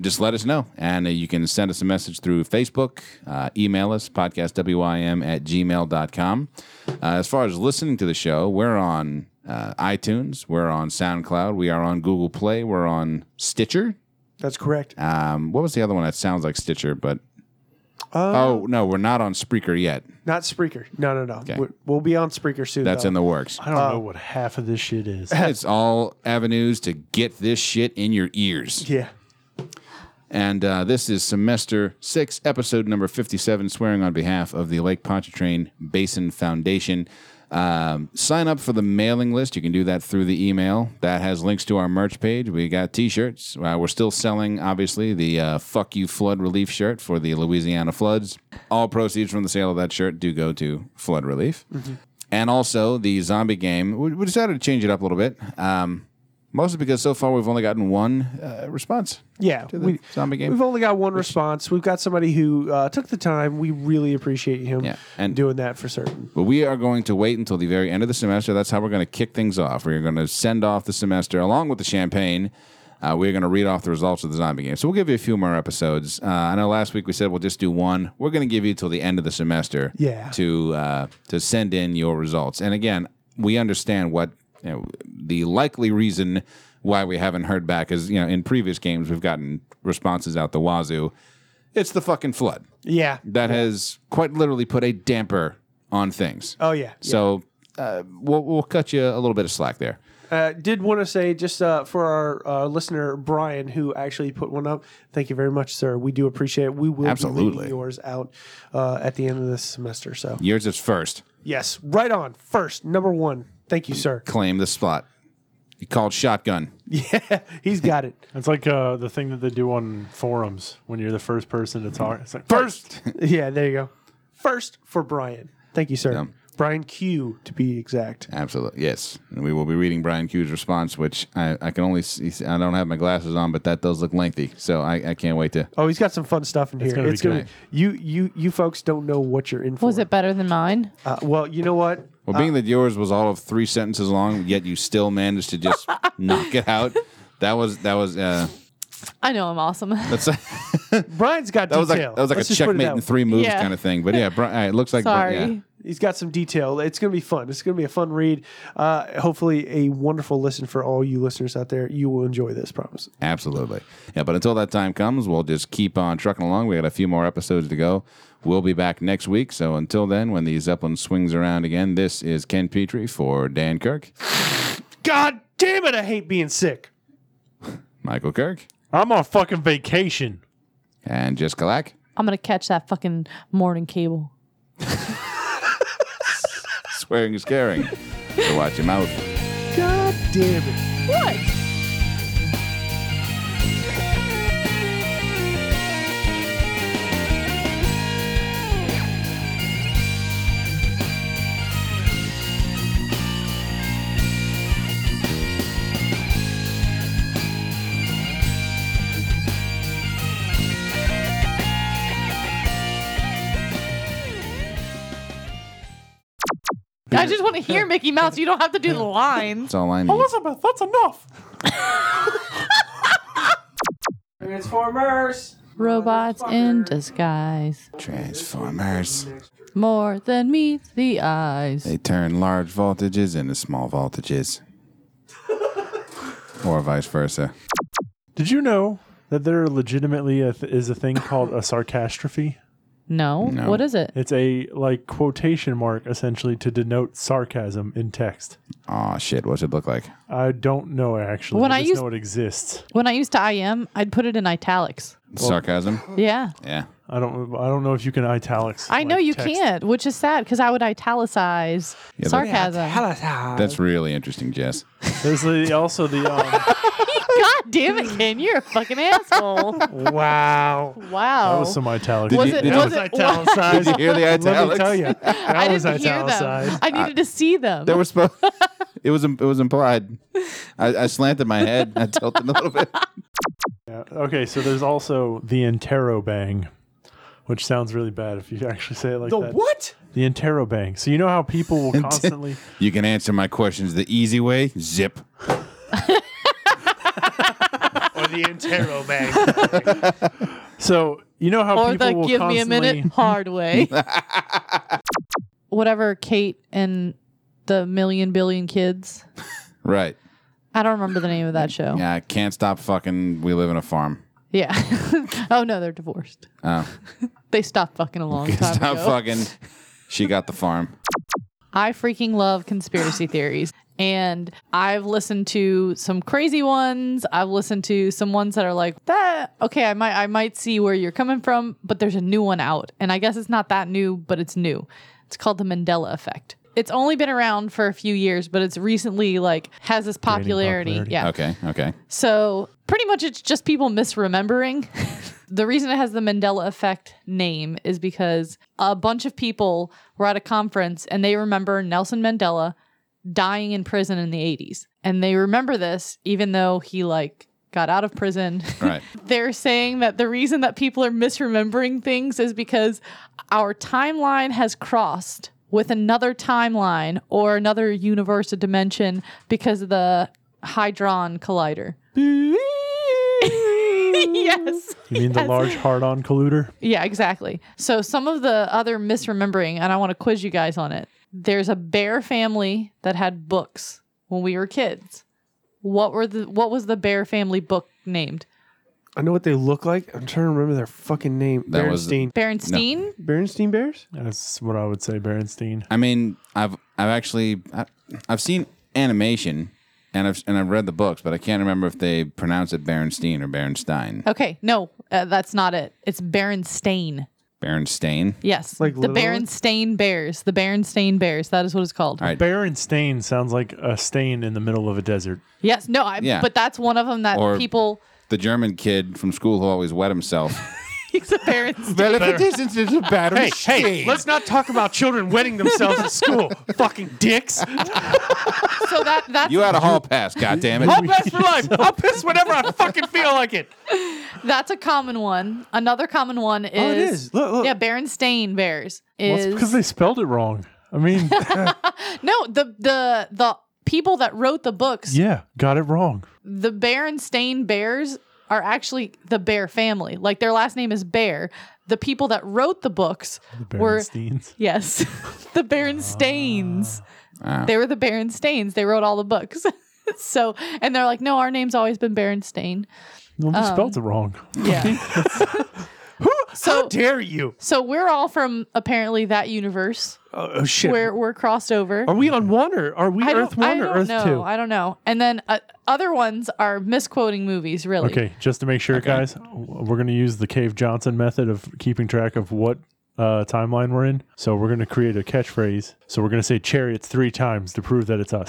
S2: just let us know. And uh, you can send us a message through Facebook, uh, email us, podcastwym at gmail.com. Uh, as far as listening to the show, we're on uh, iTunes, we're on SoundCloud, we are on Google Play, we're on Stitcher.
S5: That's correct.
S2: Um, what was the other one that sounds like Stitcher, but. oh, no, we're not on Spreaker yet.
S5: Not Spreaker. No, no, no. We're- We'll be on Spreaker soon.
S2: That's in the works.
S4: I don't know what half of this shit is.
S2: It's all avenues to get this shit in your ears.
S5: yeah.
S2: And uh, this is semester six, episode number 57, swearing on behalf of the Lake Pontchartrain Basin Foundation. Um, sign up for the mailing list. You can do that through the email. That has links to our merch page. We got t shirts. Uh, we're still selling, obviously, the uh, Fuck You Flood Relief shirt for the Louisiana floods. All proceeds from the sale of that shirt do go to flood relief. And also the zombie game. We, we decided to change it up a little bit. Um, Mostly because so far we've only gotten one uh, response.
S5: Yeah,
S2: the zombie game?
S5: We've only got one response. We've got somebody who uh, took the time. We really appreciate him
S2: Yeah, and-
S5: doing that for certain.
S2: But we are going to wait until the very end of the semester. That's how we're going to kick things off. We're going to send off the semester along with the champagne. Uh, we're going to read off the results of the zombie game. So we'll give you a few more episodes. Uh, I know last week we said we'll just do one. We're going to give you till the end of the semester
S5: Yeah.
S2: to uh, to send in your results. And again, we understand what you know, the likely reason why we haven't heard back is. You know, in previous games we've gotten responses out the wazoo. It's the fucking flood
S5: Yeah.
S2: that has quite literally put a damper on things.
S5: Oh yeah.
S2: So uh, we'll, we'll cut you a little bit of slack there.
S5: Uh, did want to say just uh, for our uh, listener Brian, who actually put one up. Thank you very much, sir. We do appreciate it. We will be
S2: Absolutely.
S5: reading yours out uh, at the end of this semester. So
S2: Yours is first.
S5: yes, right on. First, number one. Thank you, sir.
S2: Claim the spot. You called shotgun.
S5: Yeah, he's got it.
S4: It's like uh, the thing that they do on forums when you're the first person to talk. It's like
S5: First. yeah, there you go. First for Brian. Thank you, sir.
S2: Yeah.
S5: Brian Q, to be exact.
S2: Absolutely. Yes. And we will be reading Brian Q's response, which I, I can only see. I don't have my glasses on, but that does look lengthy. So I, I can't wait to.
S5: Oh, he's got some fun stuff in here.
S4: gonna be
S5: it's gonna be, you, you, you folks don't know what you're in for.
S1: Was it better than mine?
S5: Uh, well, you know what?
S2: Well, being that yours was all of three sentences long, yet you still managed to just knock it out. That was that was uh,
S1: I know I'm awesome.
S2: that's that
S5: Brian's got
S2: was like
S5: detail.
S2: that was like
S5: Let's
S2: a
S5: just put it
S2: checkmate
S5: out.
S2: in three moves
S1: Yeah.
S2: kind of thing. But yeah, Brian, it looks like
S1: Sorry.
S2: yeah.
S5: He's got some detail. It's going to be fun. It's going to be a fun read. Uh, hopefully, a wonderful listen for all you listeners out there. You will enjoy this, promise.
S2: Absolutely. Yeah, but until that time comes, we'll just keep on trucking along. We got a few more episodes to go. We'll be back next week. So until then, when the Zeppelin swings around again, this is Ken Petrie for Dan Kirk,
S5: God damn it! I hate being sick.
S2: Michael Kirk,
S4: I'm on fucking vacation.
S2: and Jess Kalak.
S1: I'm gonna catch that fucking morning cable.
S2: Swearing is caring. so watch your mouth.
S5: God damn it.
S1: What? I just want to hear Mickey Mouse. You don't have to do the lines.
S2: That's all I need.
S4: Elizabeth, that's enough.
S1: Robots in disguise.
S2: Transformers.
S1: More than meets the eyes.
S2: They turn large voltages into small voltages. or vice versa.
S4: Did you know that there legitimately a th- is a thing called a sarcastrophe?
S1: No.
S2: No.
S1: What is it?
S4: It's a like quotation mark essentially to denote sarcasm in text.
S2: Aw, shit. What's it look like?
S4: I don't know actually.
S1: When
S4: I
S1: I
S4: just
S1: used-
S4: know it exists.
S1: When I used to IM, I'd put it in italics.
S2: Sarcasm?
S1: Yeah.
S2: Yeah.
S4: I don't. I don't know if you can italics.
S1: I know
S4: like,
S1: you
S4: text.
S1: can't, which is sad because I would italicize
S2: Yeah, but-
S1: sarcasm.
S2: That's really interesting, Jess.
S4: There's the, also the um,
S1: God damn it, Ken. You're a fucking asshole.
S5: Wow.
S1: Wow.
S4: that was some italics.
S1: Was
S2: you-
S1: it?
S2: did
S1: was
S2: you-
S1: it?
S5: Italicized.
S2: Did you hear the
S5: Let me
S2: italics?
S5: tell you, that
S1: I
S5: was
S1: didn't hear them.
S5: italicized.
S1: I needed to see them.
S2: There was supposed. it was it was implied. I, I slanted my head. I tilted a little bit.
S4: Yeah. Okay, so there's also the interrobang, which sounds really bad if you actually say it like
S5: The
S4: that.
S5: what?
S4: The interrobang. So you know how people will constantly.
S2: You can answer my questions the easy way. Zip.
S5: Or the intero bag.
S4: So you know how
S1: or
S4: people
S1: the
S4: will
S1: give me a
S4: constantly.
S1: minute hard way. Whatever Kate and the million billion kids.
S2: Right.
S1: I don't remember the name of that show.
S2: Yeah. I can't stop fucking. We live in a farm.
S1: Yeah. oh no, they're divorced.
S2: Oh,
S1: They stopped fucking a long time
S2: stop
S1: ago.
S2: fucking. She got the farm.
S1: I freaking love conspiracy theories. And I've listened to some crazy ones. I've listened to some ones that are like that. Okay, I might I might see where you're coming from, but there's a new one out, and I guess it's not that new, but it's new. It's called the Mandela effect. It's only been around for a few years, but it's recently like has this popularity.
S4: popularity.
S1: Yeah.
S2: Okay. Okay.
S1: So pretty much it's just people misremembering. the reason it has the Mandela effect name is because a bunch of people were at a conference and they remember Nelson Mandela dying in prison in the 80s. And they remember this, even though he like got out of prison.
S2: Right.
S1: They're saying that the reason that people are misremembering things is because our timeline has crossed with another timeline or another universe or dimension because of the Hydron Collider. yes.
S4: You mean the
S1: Yes.
S4: large hard on colluder?
S1: Yeah, exactly. So some of the other misremembering, and I want to quiz you guys on it. There's a bear family that had books when we were kids. What were the what was the bear family book named?
S5: I know what they look like. I'm trying to remember their fucking name.
S2: That was-
S5: Berenstein.
S1: Berenstein?
S5: Berenstein Bears?
S4: That's what I would say, Berenstein.
S2: I mean, I've I've actually I, I've seen animation and I've and I've read the books, but I can't remember if they pronounce it Berenstein or Berenstein.
S1: Okay, no, uh, that's not it. It's Berenstain.
S2: Berenstain.
S1: Yes.
S5: Like
S1: the
S5: Little Ones?
S1: Berenstain Bears. The Berenstain Bears. That is what it's called.
S2: All right.
S4: Berenstain sounds like a stain in the middle of a desert.
S1: Yes. No, I
S2: Yeah.
S1: but that's one of them that
S2: Or-
S1: people
S2: The German kid from school who always wet himself.
S1: He's a Berenstain.
S2: well, if it isn't, it's a bad
S3: Hey, hey, let's not talk about children wetting themselves at school. Fucking dicks.
S1: so that that's
S2: You had a hall pass, goddammit.
S3: I'll piss for life. I'll piss whenever I fucking feel like it.
S1: That's a common one. Another common one is,
S5: Oh, it is. Look, look.
S1: yeah, Berenstain Bears
S4: Well, it's
S1: is
S4: because they spelled it wrong. I mean,
S1: no the the the people that wrote the books.
S4: yeah, got it wrong.
S1: The Berenstain Bears are actually the Bear family. Like their last name is Bear. The people that wrote the books were
S4: Berensteins.
S1: yes, the Berenstains.
S2: Ah.
S1: They were the Berenstains. They wrote all the books. so and they're like, no, our name's always been Berenstain.
S4: Well, they spelled it
S1: um,
S4: wrong.
S1: Yeah.
S3: How
S1: so
S3: dare you?
S1: so we're all from apparently that universe.
S5: Oh, oh, shit.
S1: Where we're crossed over.
S5: Are we on one or are we
S1: I don't,
S5: Earth
S1: I
S5: one or
S1: don't
S5: Earth
S1: know.
S5: two?
S1: I don't know. And then uh, other ones are misquoting movies, really.
S4: Okay, just to make sure, guys, w- we're going to use the Cave Johnson method of keeping track of what uh, timeline we're in. So we're going to create a catchphrase. So we're going to say chariots three times to prove that it's us.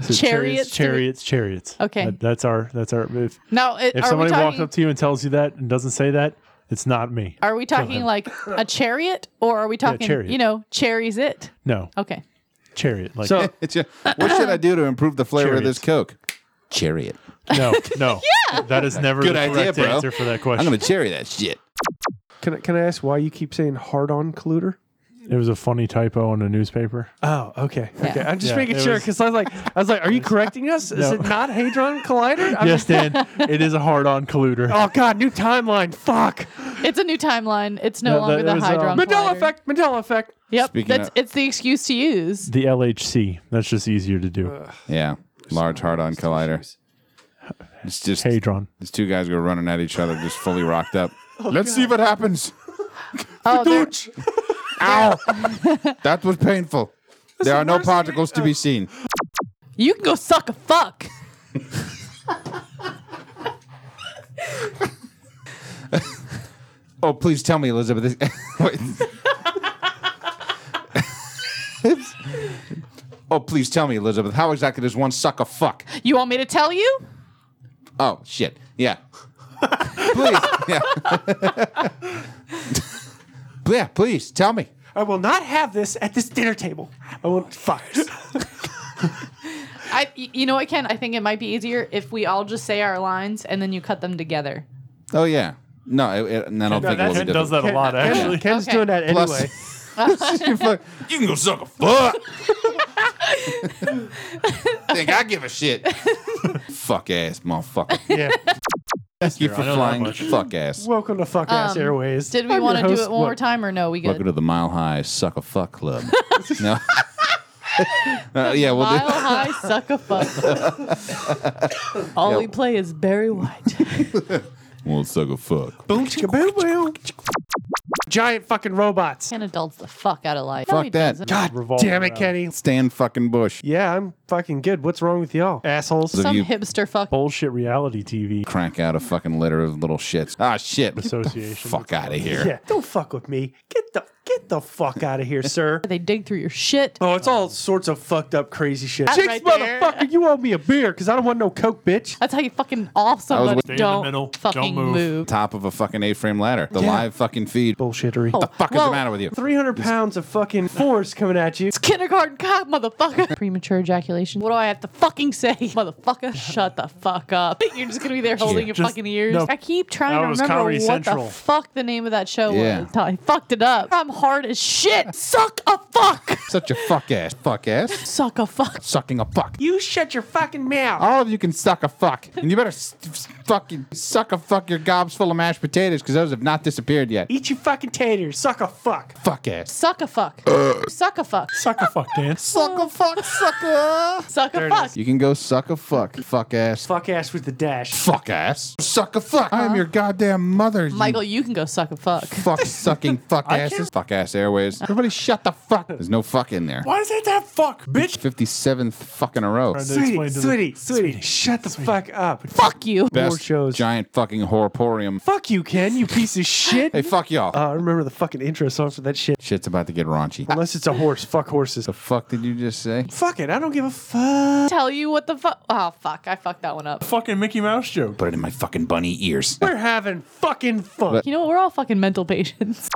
S4: So
S1: Chariots
S4: chariots,
S1: three-
S4: chariots, chariots.
S1: Okay.
S4: That- that's our. That's our. If,
S1: Now, it,
S4: if
S1: are, we
S4: somebody
S1: talking,
S4: walks up to you and tells you that and doesn't say that, it's not me.
S1: are we talking like a chariot or are we talking,
S4: chariot.
S1: you know, cherries it?
S4: No,
S1: Okay.
S4: chariot. Like
S5: So
S2: It's just- what should I do to improve the flavor of this
S4: Chariots.
S2: Coke? Chariot.
S4: no, no. yeah. That is never
S2: Good
S4: the
S2: idea,
S4: correct
S2: bro.
S4: answer for that
S2: I'm
S4: question.
S2: gonna cherry that shit.
S5: can I, can I ask why you keep saying hard on colluder?
S4: It was a funny typo in a newspaper.
S5: Oh, okay,
S1: Yeah.
S5: okay. I'm just
S4: Yeah,
S5: making
S4: it
S5: sure
S4: was-
S5: because I was like, I was like, are you correcting us? Is
S4: No.
S5: it not hadron collider? I'm
S4: yes,
S5: just-
S4: Dan. it is a hard-on colluder.
S5: Oh god, new timeline. Fuck.
S1: It's a new timeline. It's no,
S4: No, that-
S1: longer the
S4: it was, um,
S1: Hydron.
S5: Mandela
S1: Collider.
S5: effect. Mandela effect.
S1: Yep.
S2: Speaking
S1: That's,
S2: of-
S1: it's the excuse to use.
S4: The LHC. That's just easier to do.
S2: Yeah. Large hard on collider. It's just
S4: Hadron.
S2: these two guys were running at each other, just fully rocked up. Let's see what happens.
S1: Oh, they're-
S2: Ow! that was painful. there are no particles to be seen.
S1: you can go suck a fuck.
S2: Oh, please tell me, Elizabeth. Wait. oh, please tell me, Elizabeth. How exactly does one suck a fuck?
S1: You want me to tell you?
S2: Oh shit! Yeah. please. Yeah. yeah. Please tell me.
S5: I will not have this at this dinner table. I will fuck.
S1: I, y- you know what, Ken? I think it might be easier if we all just say our lines and then you cut them together.
S2: Oh yeah. No, it, it, and I don't think it will be
S4: Ken does
S2: difficult.
S4: that a lot, actually.
S5: Ken's
S1: Okay.
S5: doing that anyway.
S2: Plus, you fuck- you can go suck a fuck. think I give a shit? fuck ass, motherfucker.
S5: Yeah.
S2: Thank you for flying fuck ass.
S5: Welcome to fuck ass airways.
S1: Um, Did we
S5: I'm
S1: want
S5: your
S1: to do
S5: host.
S1: it one more
S5: Look,
S1: time or no? We good?
S2: Welcome to the Mile High Suck a Fuck Club. no. Uh, yeah, we'll
S1: Mile
S2: do.
S1: high suck a fuck. All we play is Barry White.
S2: We'll suck a fuck.
S5: Boom, chicka, boom, boom.
S3: Giant fucking robots.
S1: Ken adults the fuck out of life.
S2: Fuck
S1: No, he
S2: that.
S1: doesn't.
S5: God
S4: Revolve
S5: damn it,
S4: around.
S5: Kenny.
S2: Stan fucking Bush.
S5: Yeah, I'm fucking good. What's wrong with y'all?
S3: Assholes.
S2: So
S1: Some
S2: you
S1: hipster fuck.
S4: Bullshit reality TV
S2: crank out a fucking litter of little shits. Ah, shit.
S4: association.
S2: Fuck out of here.
S5: Yeah, don't fuck with me. Get the get the fuck out of here, sir.
S1: They dig through your shit.
S5: Oh, it's all sorts of fucked up, crazy shit.
S1: That's
S5: Chicks,
S1: right there.
S5: motherfucker, you owe me a beer because I don't want no coke, bitch.
S1: That's how you fucking off somebody.
S4: Stay in the
S1: Don't
S4: middle. Don't
S1: fucking move.
S4: move.
S2: Top of a fucking eight-frame ladder. The live fucking feed.
S5: Bullshittery.
S1: Oh,
S2: Fuck is
S1: well,
S2: the matter with you?
S5: 300 pounds of fucking force coming at you.
S1: It's kindergarten cop, motherfucker. Premature ejaculation. What do I have to fucking say, motherfucker? Shut the fuck up. You're just gonna be there holding your
S4: just-
S1: fucking ears.
S4: no.
S1: I keep trying
S4: That
S1: to
S4: was
S1: remember
S4: Comedy
S1: what
S4: Central.
S1: the fuck the name of that show
S2: Yeah.
S1: was. I fucked it up. I'm hard as shit. Suck a fuck.
S2: Such a fuck ass. Fuck ass.
S1: Suck a fuck.
S2: Sucking a fuck.
S5: You shut your fucking mouth.
S2: All of you can suck a fuck, and you better s- s- fucking suck a fuck your gobs full of mashed potatoes because those have not disappeared yet.
S5: Eat your fucking taters. Suck a fuck.
S2: Fuck ass.
S1: Suck a fuck. Suck a fuck.
S4: Suck a fuck dance.
S2: Suck a fuck, sucker.
S1: Suck a fuck.
S2: You can go suck a fuck. Fuck ass.
S5: Fuck ass with the dash.
S2: Fuck ass. Suck a fuck. I am your goddamn mother. you
S1: Michael, you can go suck a fuck.
S2: Fuck sucking fuck asses. Fuck ass airways. Everybody shut the fuck. There's no fuck in there.
S4: Why is it that fuck, bitch?
S2: 57th fuck in a row.
S4: Trying to
S5: Sweetie,
S4: explain to the-
S5: sweetie, sweetie, shut the fuck up.
S1: Fuck you.
S2: Best
S5: shows.
S2: giant fucking horporium.
S5: Fuck you, Ken, you piece of shit.
S2: Hey, fuck y'all.
S5: Uh, I remember the fucking intro song for that shit.
S2: Shit's about to get raunchy. Uh, What
S5: Unless it's a horse. Fuck horses.
S2: the fuck did you just say?
S5: Fuck it. I don't give a fuck.
S1: Tell you what the fuck. Oh fuck, I fucked that one up.
S4: fucking Mickey Mouse joke.
S2: Put it in my fucking bunny ears.
S5: We're having fucking fun.
S1: You know what? We're all fucking mental patients.